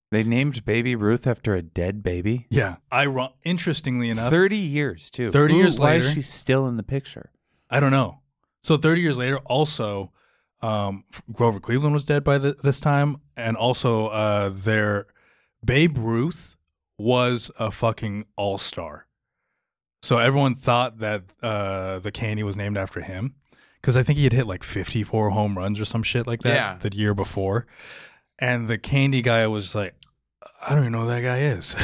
B: They named baby Ruth after a dead baby.
A: Yeah. Iron- interestingly enough,
B: 30 years too.
A: 30 years
B: why
A: later.
B: is she still in the picture?
A: I don't know. So 30 years later also um, Grover Cleveland was dead by the, this time and also uh, their Babe Ruth was a fucking all-star. So everyone thought that uh, the candy was named after him because I think he had hit like 54 home runs or some shit like that
B: Yeah.
A: the year before. And the candy guy was like, I don't even know who that guy is.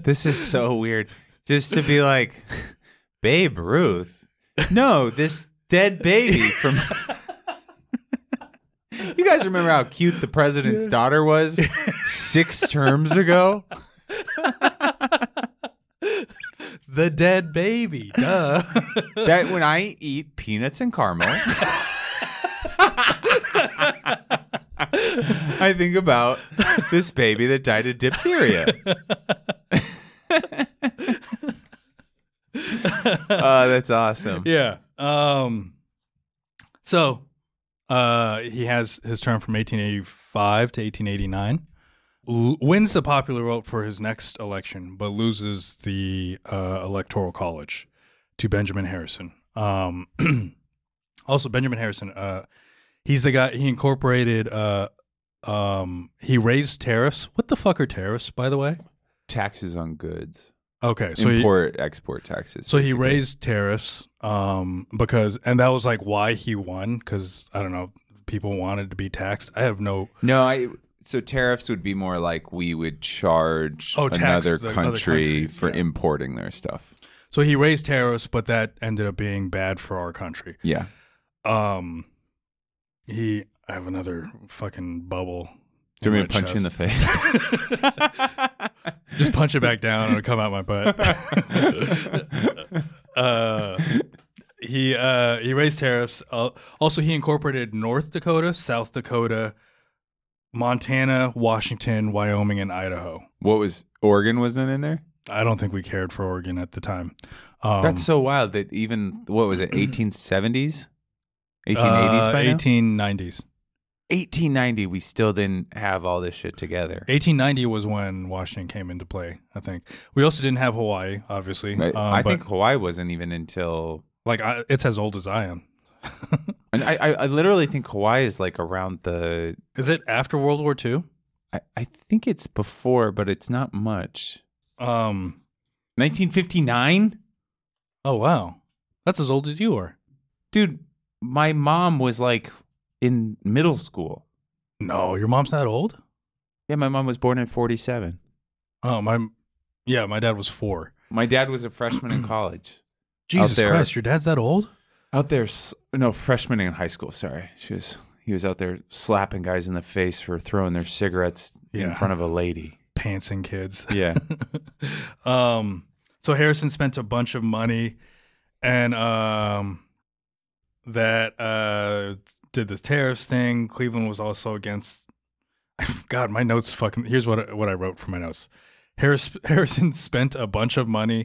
B: This is so *laughs* weird. Just to be like, Babe Ruth. No, this dead baby from. *laughs* you guys remember how cute the president's daughter was six terms *laughs* ago?
A: the dead baby, duh.
B: That when I eat peanuts and caramel, I think about this baby that died of diphtheria. *laughs* Oh, that's awesome.
A: yeah. Um, so uh, he has his term from 1885 to 1889. l- wins the popular vote for his next election, but loses the uh, electoral college to Benjamin Harrison. Um, *clears throat* also, Benjamin Harrison, uh, he's the guy. He incorporated. Uh, um, he raised tariffs. What the fuck are tariffs, by the way?
B: Taxes on goods,
A: Okay, so he,
B: import export taxes.
A: so he
B: basically.
A: raised tariffs um, because, and that was like why he won because I don't know, people wanted to be taxed. I have no
B: No, I so tariffs would be more like we would charge
A: Oh, tax
B: another,
A: the-
B: country
A: other countries,
B: for
A: yeah.
B: importing their stuff.
A: So he raised tariffs, but that ended up being bad for our country.
B: Yeah.
A: Um, he, I have another fucking bubble.
B: Do you
A: in
B: want me to
A: my
B: punch you in the
A: chest.
B: face?
A: Just punch it back down and it'll come out my butt. *laughs* uh, he uh, he raised tariffs. Uh, also, he incorporated North Dakota, South Dakota, Montana, Washington, Wyoming, and Idaho.
B: *laughs* what was Oregon wasn't in there?
A: I don't think we cared for Oregon at the time. Um,
B: That's so wild that even what was it, eighteen seventies? Eighteen eighties
A: uh,
B: by now?
A: 1890s.
B: 1890 we still didn't have all this shit together
A: 1890 was when Washington came into play. I think we also didn't have Hawaii, obviously.
B: I,
A: Um,
B: I
A: but,
B: think hawaii wasn't even until
A: like I, it's as old as I am.
B: and I, I i literally think hawaii is like around the
A: Is it after World War II?
B: i, I think it's before but it's not much
A: Um.
B: 1959
A: Oh wow, that's as old as you are.
B: dude my mom was like in middle school
A: No, your mom's not old.
B: yeah my mom was born in 47
A: Oh my, yeah, my dad was four.
B: my dad was a
A: *clears throat*
B: freshman in college
A: Jesus
B: there.
A: Christ, your dad's that old?
B: out there s- no freshman in high school sorry she was he was out there slapping guys in the face for throwing their cigarettes in
A: Yeah.
B: front of a lady
A: Pantsing kids.
B: *laughs* yeah
A: um. So Harrison spent a bunch of money, and um, that uh did the tariffs thing. Cleveland was also against. *laughs* God, my notes fucking. Here's what I- what I wrote for my notes. Harris, *laughs* Harrison spent a bunch of money,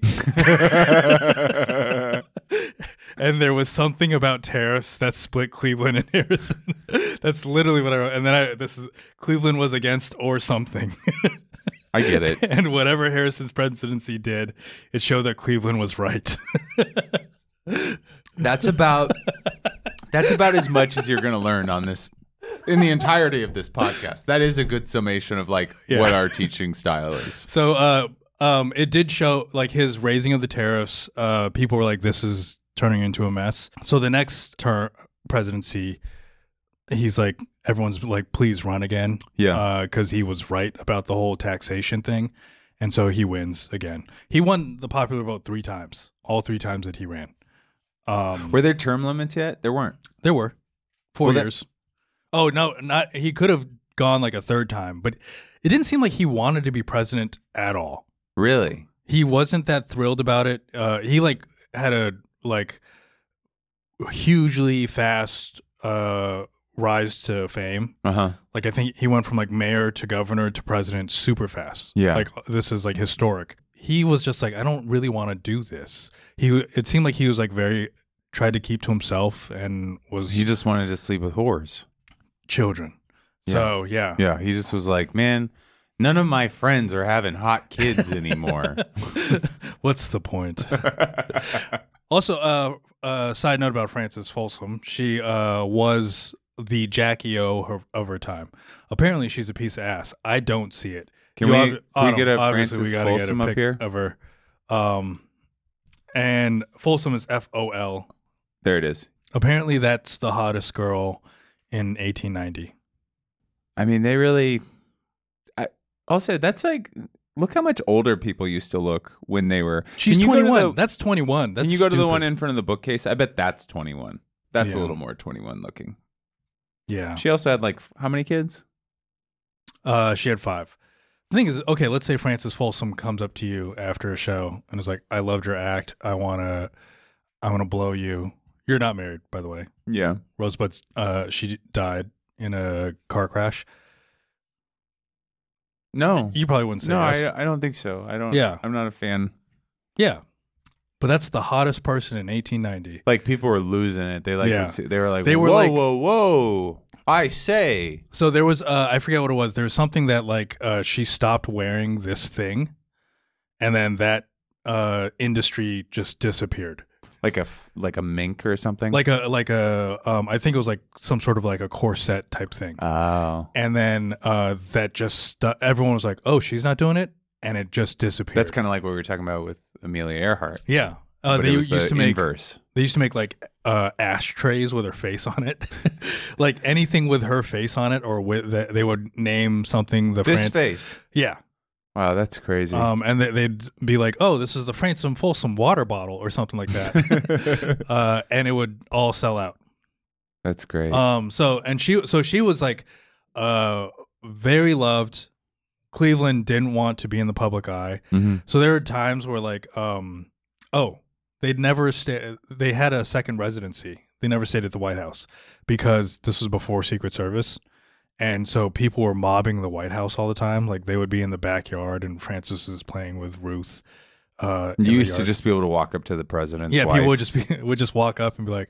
A: and there was something about tariffs that split Cleveland and Harrison. *laughs* That's literally what I wrote. And then I this is Cleveland was against or something.
B: I get it.
A: *laughs* and whatever Harrison's presidency did, it showed that Cleveland was right. *laughs*
B: That's about that's about as much as you're going to learn on this in the entirety of this podcast. That is a good summation of like
A: Yeah.
B: what our teaching style is.
A: so uh um it did show like his raising of the tariffs, uh people were like this is turning into a mess. So the next term presidency he's like everyone's like please run again.
B: Yeah.
A: because he was right about the whole taxation thing, and so he wins again. He won the popular vote three times, all three times that he ran. Um,
B: Were there term limits yet? There weren't.
A: there were four
B: Well, that-
A: years. oh no, not he could have gone like a third time, but it didn't seem like he wanted to be president at all.
B: Really?
A: He wasn't that thrilled about it. Uh, he like had a like hugely fast uh, rise to fame.
B: Uh-huh.
A: Like I think he went from like mayor to governor to president super fast.
B: Yeah.
A: Like this is like historic. He was just like I don't really want to do this. He it seemed like he was like very tried to keep to himself and was
B: He just wanted to sleep with whores.
A: children. So yeah.
B: Yeah, he just was like, "Man, none of my friends are having hot kids *laughs* anymore."
A: *laughs* What's the point? also, uh, uh, side note about Frances Folsom. She uh was the Jackie O her, of her time. Apparently, she's a piece of ass. I don't see it.
B: Can
A: You
B: we-
A: obvi-
B: can we
A: Autumn,
B: get a
A: obviously we
B: Frances
A: gotta
B: Folsom
A: get a
B: up
A: pic
B: here?
A: of her. Um, and Folsom is F O L.
B: there it is.
A: Apparently, that's the hottest girl in 1890.
B: I mean, they really. I also that's like, look how much older people used to look when they were.
A: She's
B: Can you go to
A: 21.
B: the-
A: that's 21. That's
B: Can you go to the
A: stupid.
B: one in front of the bookcase? I bet that's 21. That's a
A: Yeah.
B: little more 21 looking.
A: Yeah.
B: She also had like f- how many kids?
A: Uh, she had five. The thing is, okay, let's say Frances Folsom comes up to you after a show and is like, "I loved your act. I wanna, I wanna blow you." You're not married, by the way.
B: Yeah.
A: Rosebud's, uh, she died in a car crash.
B: No.
A: You probably wouldn't say
B: No,
A: yes.
B: I, uh, I don't think so. I don't.
A: Yeah.
B: I'm not a fan.
A: yeah, but that's the hottest person in 1890.
B: Like people were losing it. They like
A: Yeah.
B: would see- they were like
A: They were
B: whoa
A: like-
B: whoa whoa. I say,
A: So there was uh, I forget what it was. There was something that like uh, she stopped wearing this thing, and then that uh, industry just disappeared.
B: like a f- like a mink or something.
A: Like a like a um, I think it was like some sort of like a corset type thing.
B: oh,
A: and then uh, that just stu- everyone was like, "Oh, she's not doing it," and it just disappeared.
B: that's kind of like what we were talking about with Amelia Earhart.
A: yeah. Uh,
B: but
A: they
B: it was
A: used
B: the
A: to make
B: inverse.
A: they used to make like uh, ashtrays with her face on it, *laughs* like anything with her face on it, or with the, they would name something the
B: This
A: France.
B: face.
A: Yeah,
B: Wow, that's crazy.
A: um, and they, they'd be like, "Oh, this is the Fransom Folsom water bottle" or something like that,
B: *laughs*
A: *laughs* uh, and it would all sell out.
B: that's great.
A: Um, so and she so she was like, uh, very loved. Cleveland didn't want to be in the public eye.
B: Mhm.
A: So there were times where like, um, oh, they'd never stay. They had a second residency. They never stayed at the White House because this was before Secret Service, and so people were mobbing the White House all the time. Like they would be in the backyard, and Francis is playing with Ruth. Uh, in
B: You
A: the
B: used to
A: yard.
B: just be able to walk up to the president's
A: yeah,
B: wife.
A: people would just be *laughs* would just walk up and be like.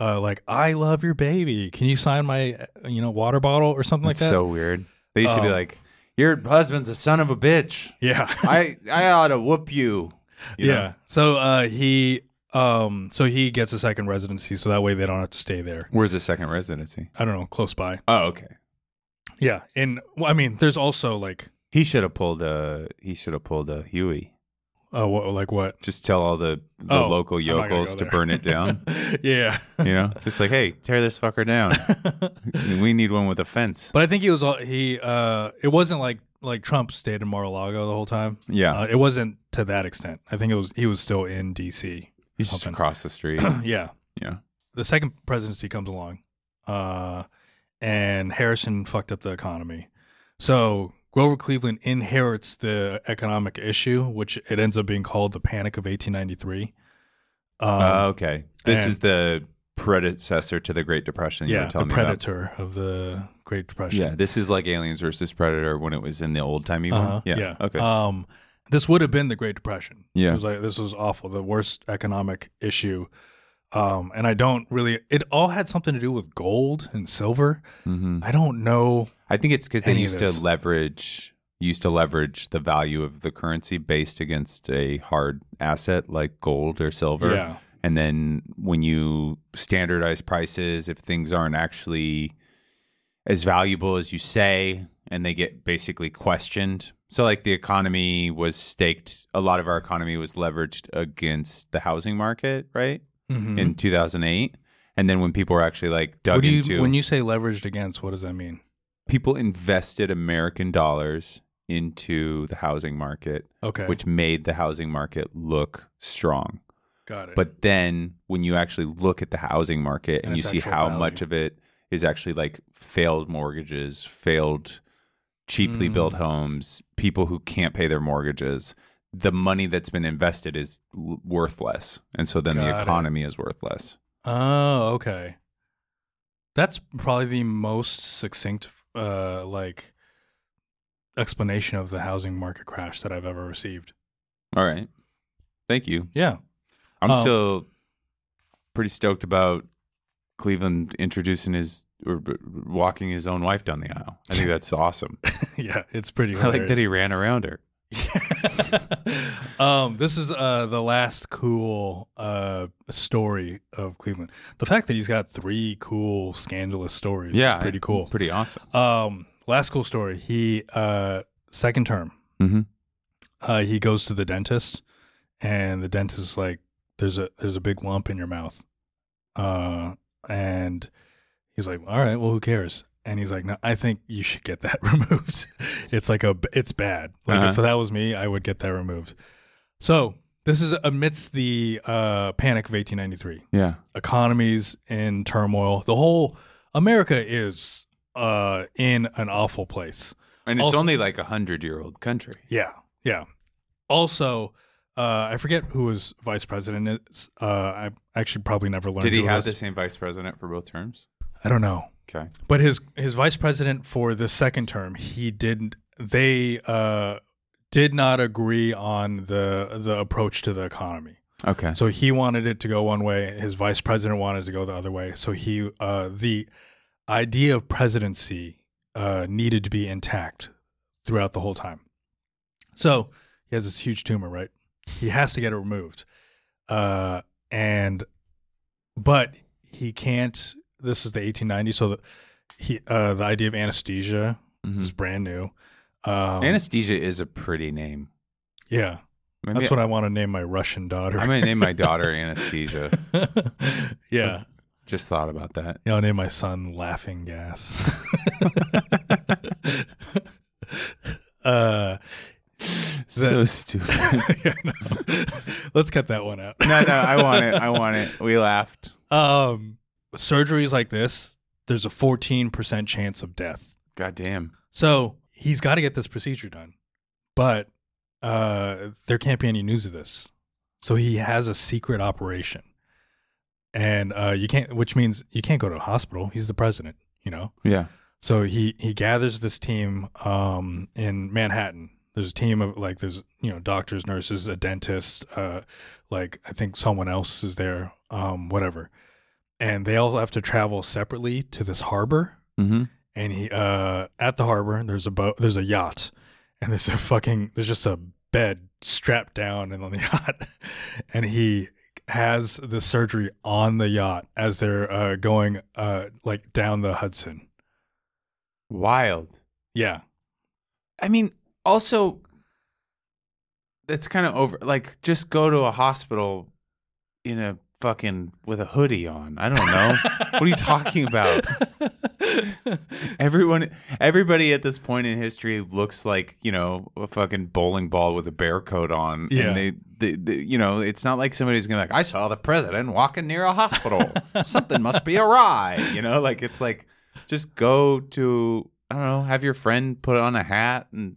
A: Uh, like I love your baby. Can you sign my, uh, you know, water bottle or something
B: That's
A: like that?
B: so weird. They used to be
A: Um,
B: like, "Your husband's a son of a bitch.
A: *laughs*
B: *laughs*
A: yeah,
B: I I ought to whoop you." you
A: yeah.
B: know?
A: So uh, he, um, so he gets a second residency, so that way they don't have to stay there.
B: Where's the second residency?
A: I don't know, close by.
B: Oh, okay.
A: Yeah, and well, I mean, there's also like,
B: He should have pulled a. He should have pulled a Huey.
A: uh, what, like what?
B: Just tell all the, the
A: Oh,
B: local
A: not gonna
B: yokels
A: go
B: to
A: there.
B: burn it down.
A: *laughs* yeah, *laughs*
B: you know, just like, hey, tear this fucker down. we need one with a fence.
A: but I think he was all he. Uh, it wasn't like like Trump stayed in Mar-a-Lago the whole time.
B: Yeah,
A: Uh, it wasn't to that extent. I think it was he was still in D.C.
B: he's just
A: something.
B: across the
A: *clears throat*
B: street.
A: yeah,
B: yeah.
A: the second presidency comes along, uh, and Harrison fucked up the economy. So Grover Cleveland inherits the economic issue, which it ends up being called the Panic of 1893. Um,
B: Uh, okay. This
A: and-
B: is the predecessor to the Great Depression. you
A: yeah,
B: were
A: the
B: telling me about.
A: predator of the Great Depression.
B: Yeah, this is like Aliens versus Predator when it was in the old timey
A: Uh-huh,
B: one. Yeah. Okay.
A: Um, this would have been the Great Depression.
B: Yeah.
A: It was like this was awful, the worst economic issue. Um, and I don't really. It all had something to do with gold and silver.
B: hmm
A: I don't know.
B: I think it's because they
A: Any of
B: used to
A: this.
B: leverage used to leverage the value of the currency based against a hard asset like gold or silver.
A: Yeah.
B: And then when you standardize prices, if things aren't actually as valuable as you say, and they get basically questioned. So, like the economy was staked, a lot of our economy was leveraged against the housing market, right?
A: Mhm.
B: In 2008. And then when people were actually like dug
A: What do you,
B: into
A: when you say leveraged against, what does that mean?
B: people invested American dollars into the housing market,
A: Okay,
B: which made the housing market look strong.
A: got it.
B: But then when you actually look at the housing market and,
A: And
B: you
A: its
B: see
A: actual
B: how
A: value.
B: much of it is actually like failed mortgages, failed cheaply
A: Mm.
B: built homes, people who can't pay their mortgages, the money that's been invested is l- worth less. And so then
A: Got
B: the
A: it.
B: economy is worth less.
A: oh, okay, that's probably the most succinct uh, like explanation of the housing market crash that I've ever received.
B: All right. Thank you.
A: Yeah, *laughs*
B: I'm
A: Um,
B: still pretty stoked about Cleveland introducing his or b- walking his own wife down the aisle.
A: *laughs*
B: I think that's awesome.
A: yeah, it's pretty.
B: *laughs* I like that he
A: hilarious.
B: ran around her.
A: *laughs* um, this is uh, the last cool uh, story of Cleveland. The fact that he's got three cool scandalous stories is pretty cool.
B: Pretty awesome.
A: Um, last cool story. He uh, second term.
B: Mhm.
A: Uh, he goes to the dentist, and the dentist is like, "There's a there's a big lump in your mouth," uh, and he's like, "All right, well, who cares?" And he's like, "No, I think you should get that *laughs* removed. it's like a it's bad. Like if
B: Uh-huh.
A: that was me, I would get that removed." So this is amidst the uh, panic of 1893
B: Yeah.
A: economies in turmoil. The whole America is uh, in an awful place.
B: And it's
A: Also-
B: only like a hundred year old country.
A: Yeah, yeah. Also, uh, I forget who was vice president. Is. Uh, I actually probably never learned.
B: Did he
A: who it
B: have
A: was.
B: the same vice president for both terms?
A: I don't know.
B: Okay.
A: But his his vice president for the second term, he didn't. They uh, did not agree on the the approach to the economy.
B: Okay.
A: So he wanted it to go one way. His vice president wanted it to go the other way. So he, uh, the idea of presidency uh, needed to be intact throughout the whole time. So he has this huge tumor, right? He has to get it removed. Uh, and, but he can't, this is the 1890s. So the, he, uh, the idea of anesthesia is brand new. Um,
B: Mm-hmm. Anesthesia is a pretty name.
A: yeah.
B: Maybe
A: That's what I want to name my Russian daughter.
B: I'm gonna
A: *laughs*
B: name my daughter Anesthesia.
A: yeah.
B: Just thought about that.
A: Yeah, I'll name my son Laughing Gas. *laughs* uh,
B: *laughs*
A: *laughs*
B: So stupid.
A: yeah, no. *laughs* Let's cut that one out.
B: *laughs* no, no, I want it. I want it. We laughed.
A: *laughs* Um, surgeries like this, there's a 14% chance of death.
B: God damn.
A: So he's got to get this procedure done, but uh, there can't be any news of this. So he has a secret operation. And uh, you can't, which means you can't go to a hospital. He's the president, you know?
B: Yeah.
A: So he he gathers this team um, in Manhattan. There's a team of like there's you know doctors, nurses, a dentist, uh, like I think someone else is there, um, whatever, and they all have to travel separately to this harbor.
B: Mm-hmm.
A: And he uh, at the harbor there's a boat, there's a yacht, and there's a fucking there's just a bed strapped down and on the *laughs* yacht, and he has the surgery on the yacht as they're uh, going uh, like down the Hudson.
B: Wild.
A: Yeah.
B: I mean, also, that's kind of over. Like, just go to a hospital in a fucking with a hoodie on. I don't *laughs* know. what are you talking about? Everyone, everybody at this point in history looks like you know a fucking bowling ball with a bear coat on.
A: Yeah.
B: And they, they, they, you know, it's not like somebody's gonna be like, I saw the president walking near
A: *laughs*
B: a hospital. Something must be awry. You know, like it's like just go to I don't know, have your friend put on a hat and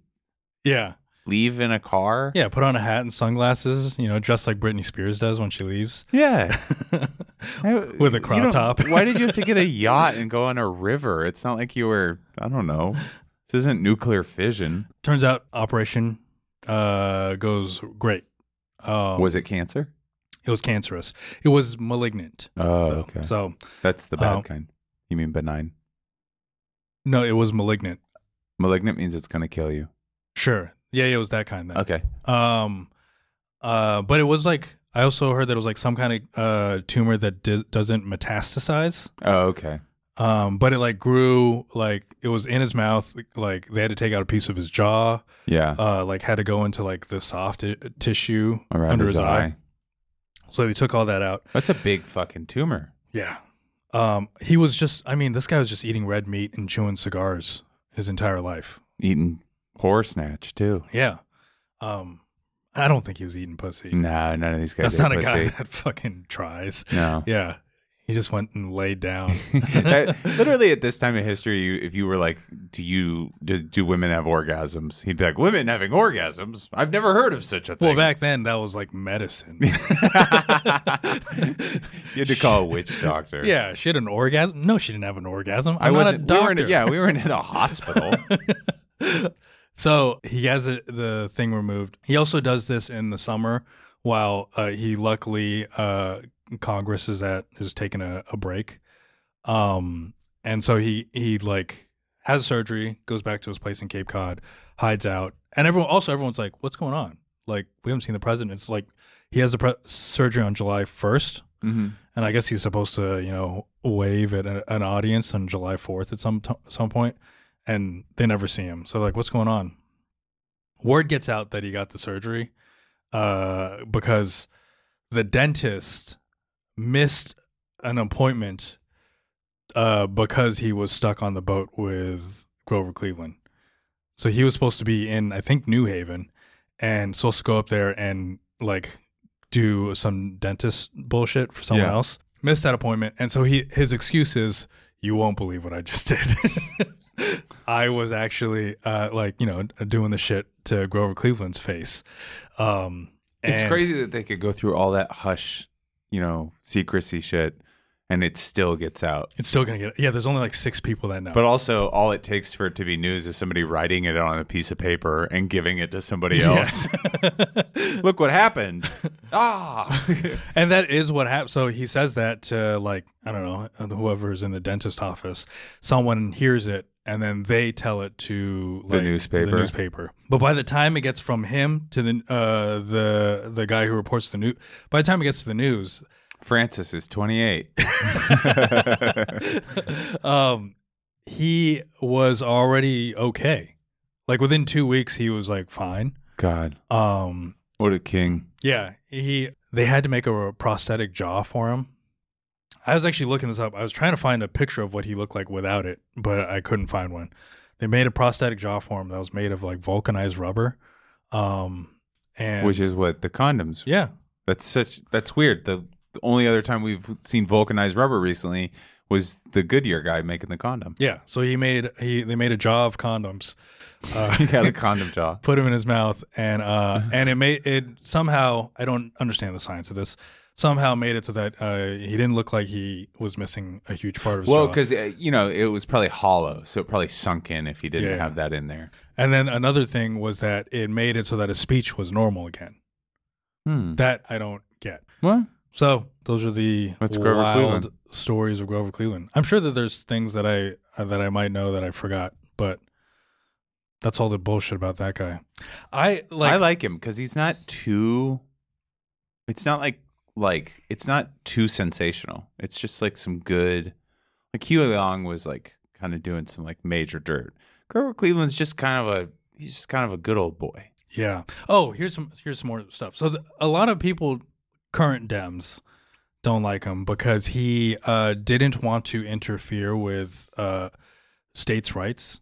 A: yeah.
B: leave in a car.
A: Yeah. Put on a hat and sunglasses, you know, dressed like Britney Spears does when she leaves.
B: Yeah.
A: With a crop top.
B: *laughs* why did you have to
A: *laughs*
B: get a yacht and go on a river? It's not like you were, I don't know. This isn't nuclear fission.
A: Turns out operation uh, goes great. Um,
B: Was it cancer?
A: it was cancerous. It was malignant.
B: Oh,
A: though. So
B: That's the bad
A: Um,
B: kind. You mean benign?
A: no, it was malignant.
B: Malignant means it's going to kill you.
A: Sure. Yeah, it was that kind then.
B: Okay.
A: Um, uh, but it was like I also heard that it was like some kind of uh tumor that di- doesn't metastasize.
B: Oh, okay.
A: Um, but it like grew like it was in his mouth. Like they had to take out a piece of his jaw.
B: Yeah.
A: uh, like had to go into like the soft t- tissue
B: Around
A: under
B: his, eye.
A: So they took all that out.
B: That's a big fucking tumor.
A: Yeah. Um, he was just, I mean, this guy was just eating red meat and chewing cigars his entire life.
B: Eating horse snatch, too.
A: Yeah. Um, I don't think he was eating pussy.
B: No, none of these guys
A: That's
B: are
A: not a guy
B: Mm,
A: *laughs*
B: pussy.
A: that fucking tries. *laughs*
B: No.
A: Yeah. He just went and laid
B: *laughs*
A: down.
B: That- literally at this time in history, you, if you were like, "Do you do, do women have orgasms?" He'd be like, "Women having orgasms? I've never heard of such a
A: *laughs* well,
B: thing."
A: back then that was like medicine.
B: *laughs* you had to call a witch doctor.
A: yeah. She had an orgasm. No, she didn't have an orgasm. I'm
B: I
A: not a
B: wasn't.
A: doctor.
B: we weren't. Yeah, we weren't in
A: *laughs*
B: a hospital.
A: So he has it the thing removed. He also does this in the summer while uh, he luckily uh, Congress is at is taking a, a break, um, and so he he like has surgery, goes back to his place in Cape Cod, hides out, and everyone also everyone's like, what's going on? Like we haven't seen the president. It's like he has the pre- surgery on July first,
B: Mhm.
A: and I guess he's supposed to, you know, wave at a, an audience on July 4th at some t- some point, and they never see him. So like, what's going on? Word gets out that he got the surgery, uh, because the dentist missed an appointment, uh, because he was stuck on the boat with Grover Cleveland. So he was supposed to be in, I think, New Haven, and supposed to go up there and like do some dentist bullshit for someone
B: Yeah.
A: else. Missed that appointment, and so he his excuse is, "You won't believe what I just *laughs* did. I was actually uh, like you know doing the shit to Grover Cleveland's face." Um,
B: It's
A: and-
B: crazy that they could go through all that hush, you know, secrecy shit, and it still gets out.
A: It's still gonna get. Yeah, there's only like six people that know.
B: But also, all it takes for it to be news is somebody writing it on a piece of paper and giving it to somebody else. *laughs* Look what *laughs* happened. ah.
A: And that is what happened. So he says that to like I don't know uh, whoever's in the dentist office. Someone hears it, and then they tell it to like,
B: newspaper.
A: The newspaper. But by the time it gets from him to the uh, the the guy who reports the news, by the time it gets to the news,
B: Francis is 28.
A: *laughs* um, he was already okay. Like within two weeks, he was like fine.
B: *laughs* God,
A: Um,
B: what a king.
A: Yeah, he they had to make a prosthetic jaw for him. I was actually looking this up. I was trying to find a picture of what he looked like without it, but I couldn't find one. They made a prosthetic jaw for him that was made of like vulcanized rubber, um, and
B: Which is what the condoms.
A: yeah,
B: That's such. That's weird. The, the only other time we've seen vulcanized rubber recently was the Goodyear guy making the condom.
A: yeah. So he made he they made a jaw of condoms, Uh,
B: he got a condom *laughs* jaw.
A: put him in his mouth, and
B: *laughs*
A: uh, and it made it somehow I don't understand the science of this. Somehow made it so that uh, he didn't look like he was missing a huge part of his
B: Well,
A: jaw.
B: because uh, you know it was probably hollow, so it probably sunk in if he didn't
A: Yeah.
B: have that in there.
A: And then another thing was that it made it so that his speech was normal again.
B: Hmm.
A: That I don't get.
B: What?
A: So those are the
B: That's Grover
A: wild
B: Cleveland.
A: stories of Grover Cleveland. I'm sure that there's things that I uh, that I might know that I forgot, but that's all the bullshit about that guy. I like.
B: I like him because he's not too. It's not like like it's not too sensational. It's just like some good. Like Hugh Long was like kind of doing some like major dirt. Grover Cleveland's just kind of a he's just kind of a good old boy.
A: yeah. Oh, here's some here's some more stuff. So th- a lot of people, current Dems, don't like him because he uh, didn't want to interfere with uh, states' rights.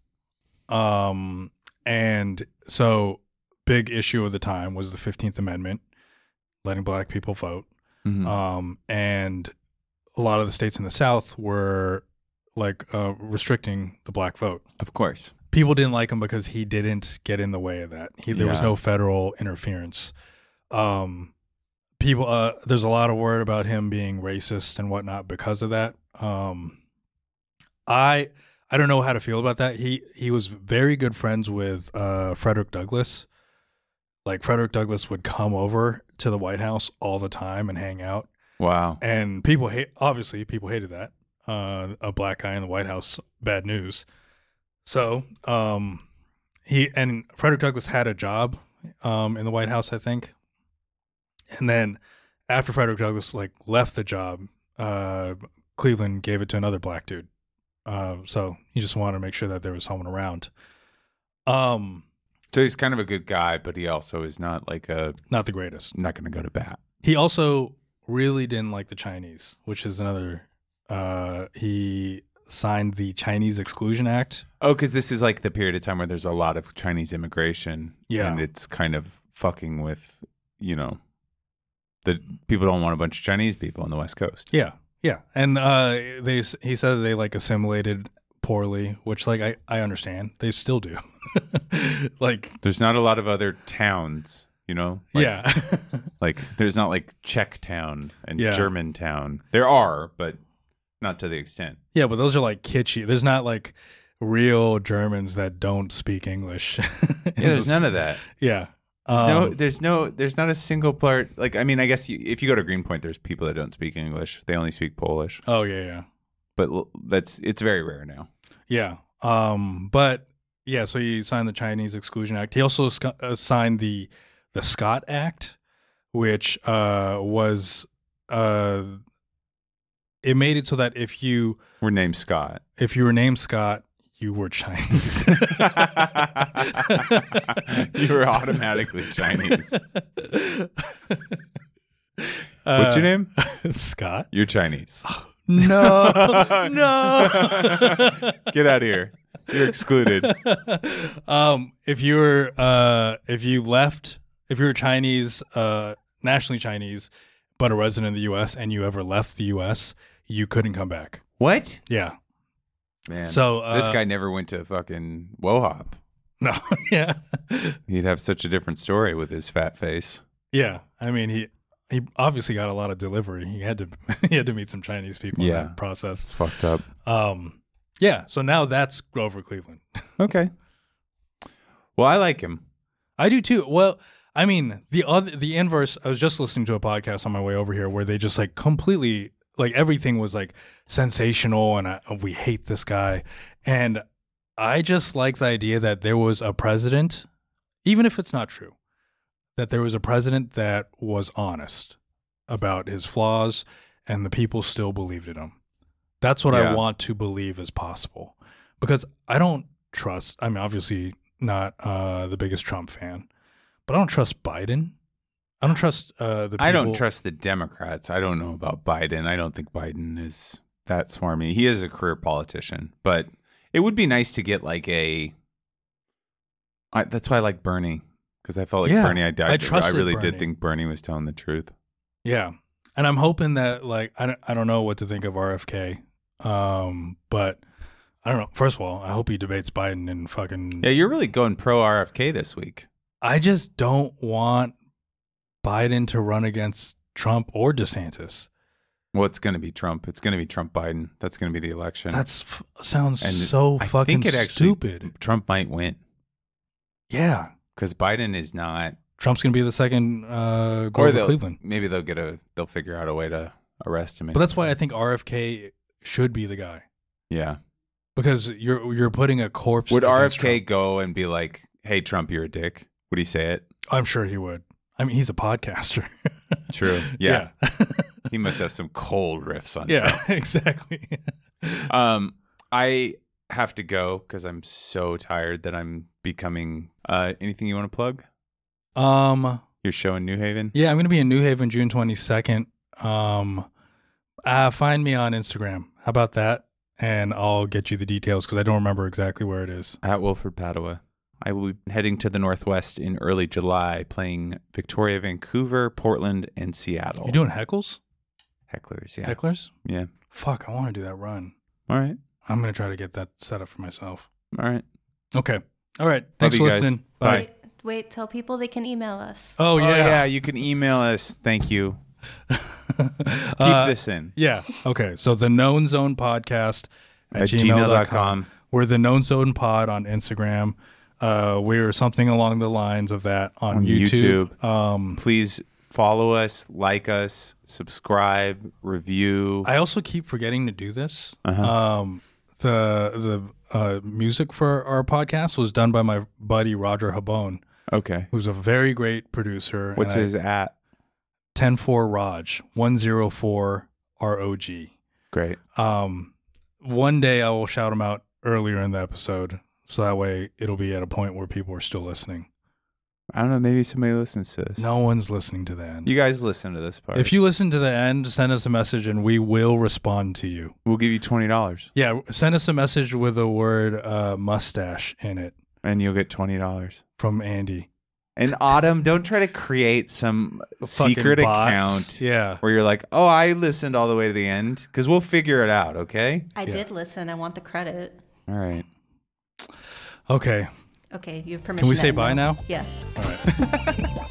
A: Um, and so, big issue of the time was the 15th Amendment, letting black people vote.
B: Mm-hmm. Hmm.
A: Um, and a lot of the states in the South were like uh, restricting the black vote.
B: of course.
A: People didn't like him because he didn't get in the way of that. He, there was
B: Yeah.
A: no federal interference. Um, people, uh, there's a lot of word about him being racist and whatnot because of that. Um, I I don't know how to feel about that. He he was very good friends with uh, Frederick Douglass. Like Frederick Douglass would come over to the White House all the time and hang out,
B: Wow.
A: and people hate. Obviously, people hated that. Uh, a black guy in the White House, bad news. So, um, he and Frederick Douglass had a job um, in the White House, I think. And then, after Frederick Douglass like left the job, uh, Cleveland gave it to another black dude. Uh, so he just wanted to make sure that there was someone around. Um,
B: So he's kind of a good guy, but he also is not like a
A: not the greatest.
B: not going to go to bat.
A: He also really didn't like the Chinese, which is another. Uh, he signed the Chinese Exclusion Act.
B: Oh, because this is like the period of time where there's a lot of Chinese immigration.
A: Yeah.
B: And it's kind of fucking with, you know, the people don't want a bunch of Chinese people on the West Coast.
A: Yeah, yeah, and uh, they s- he said that they like assimilated poorly, which like I I understand they still do. *laughs* like
B: There's not a lot of other towns, you know? Like,
A: yeah, *laughs*
B: Like there's not like Czech town and
A: Yeah.
B: German town. There are, but not to the extent.
A: yeah, but those are like kitschy. There's not like real Germans that don't speak English. *laughs*
B: Yeah, there's none of that.
A: Yeah.
B: There's no,
A: Um,
B: there's no, there's not a single part. Like, I mean, I guess you, if you go to Greenpoint, there's people that don't speak English. They only speak Polish,
A: oh yeah, yeah.
B: but l- that's it's very rare now.
A: Yeah. Um, but yeah, so he signed the Chinese Exclusion Act. He also sc- uh, signed the the Scott Act, which uh, was uh, it made it so that if you
B: We're named Scott.
A: if you were named Scott, you were Chinese.
B: *laughs* you were
A: *laughs*
B: automatically Chinese. What's your name?
A: name? Uh, Scott.
B: You're Chinese. *laughs*
A: No, no.
B: Get out of here. You're excluded.
A: *laughs* um, if you were uh, if you left, if you were Chinese, uh, nationally Chinese, but a resident of the U.S. and you ever left the U.S., you couldn't come back.
B: What?
A: Yeah.
B: Man.
A: So uh,
B: this guy never went to fucking Wohop.
A: *laughs* no, yeah,
B: He'd have such a different story with his fat face.
A: yeah. I mean, he he obviously got a lot of delivery. He had to *laughs* he had to meet some Chinese people
B: Yeah.
A: in that process.
B: fucked up.
A: Um, yeah. So now that's Grover Cleveland.
B: Okay. Well, I like him.
A: I do too. Well, I mean the other the inverse. I was just listening to a podcast on my way over here where they just like completely like everything was like sensational and I, we hate this guy and I just like the idea that there was a president, even if it's not true, that there was a president that was honest about his flaws and the people still believed in him. That's what
B: Yeah.
A: I want to believe is possible because I don't trust. I'm obviously not uh, the biggest Trump fan, but I don't trust Biden. I don't trust uh, the. People.
B: I don't trust the Democrats. I don't know about Biden. I don't think Biden is that swarmy. He is a career politician, but it would be nice to get like a. I, that's why I like Bernie because I felt like
A: Yeah,
B: Bernie. I, I,
A: I trusted
B: really
A: Bernie.
B: did think Bernie was telling the truth.
A: Yeah, and I'm hoping that like I don't, I don't know what to think of RFK, um, but I don't know. First of all, I hope he debates Biden and fucking.
B: Yeah, you're really going pro RFK this week.
A: I just don't want Biden to run against Trump or DeSantis.
B: Well, it's going to be Trump. It's going to be Trump Biden. That's going to be the election.
A: That's f- sounds
B: And
A: so
B: I
A: fucking
B: think it actually-
A: stupid.
B: Trump might win
A: Yeah,
B: because Biden is not.
A: Trump's gonna be the second uh,
B: Or
A: Grover
B: they'll,
A: Cleveland.
B: maybe they'll get a. They'll figure out a way to arrest him.
A: But that's why I think RFK should be the guy
B: yeah.
A: because you're you're putting a corpse.
B: Would
A: against
B: RFK
A: Trump.
B: go and be like, "Hey, Trump, you're a dick"? Would he say it?
A: I'm sure he would. I mean, he's a podcaster. *laughs*
B: True. Yeah.
A: yeah,
B: he must have some cold riffs on
A: Yeah, *laughs*
B: Trump.
A: exactly.
B: Um, I have to go because I'm so tired that I'm becoming. Uh, anything you want to plug?
A: um,
B: Your show in New Haven.
A: yeah, I'm gonna be in New Haven June 22nd. Um, uh, find me on Instagram. How about that? And I'll get you the details because I don't remember exactly where it is.
B: At Wilford Padua. I will be heading to the Northwest in early July, playing Victoria, Vancouver, Portland, and Seattle.
A: You doing heckles?
B: hecklers, yeah,
A: Hecklers?
B: yeah.
A: Fuck, I want to do that run.
B: All right,
A: I'm gonna try to get that set up for myself.
B: all right.
A: Okay. All right. Thanks
B: you
A: for
B: guys.
A: listening. Bye.
B: Bye.
C: Wait, wait, tell people they can email us.
A: Oh
B: Oh, yeah,
A: yeah.
B: you can email us. Thank you. Keep
A: Uh,
B: this in.
A: yeah. Okay. So the known zone podcast at,
B: At
A: gmail.com.
B: gmail.com.
A: We're the known zone pod on Instagram. Uh, we're something along the lines of that on,
B: On
A: YouTube.
B: YouTube.
A: Um,
B: please follow us, like us, subscribe, review.
A: I also keep forgetting to do this.
B: Uh-huh.
A: Um, the the uh, music for our podcast was done by my buddy Roger Habone,
B: okay.
A: who's a very great producer.
B: What's
A: and I-
B: his at?
A: 104 Raj, 104 ROG.
B: Great.
A: Um, one day I will shout them out earlier in the episode. So that way it'll be at a point where people are still listening.
B: I don't know. Maybe somebody listens to this.
A: No one's listening to the end.
B: You guys listen to this part.
A: if you listen to the end, send us a message and we will respond to you.
B: we'll give you twenty dollars,
A: Yeah, send us a message with the word uh, mustache in it
B: and you'll get twenty dollars.
A: from Andy.
B: And Autumn, don't try to create some
A: Fucking
B: secret
A: bots.
B: account
A: Yeah.
B: where you're like, "Oh, I listened all the way to the end," because we'll figure it out. Okay.
C: I did listen. I want the credit.
B: All right.
A: Okay.
C: Okay, you have permission.
A: Can we
C: to
A: say
C: end
A: bye now?
C: Yeah.
A: All right.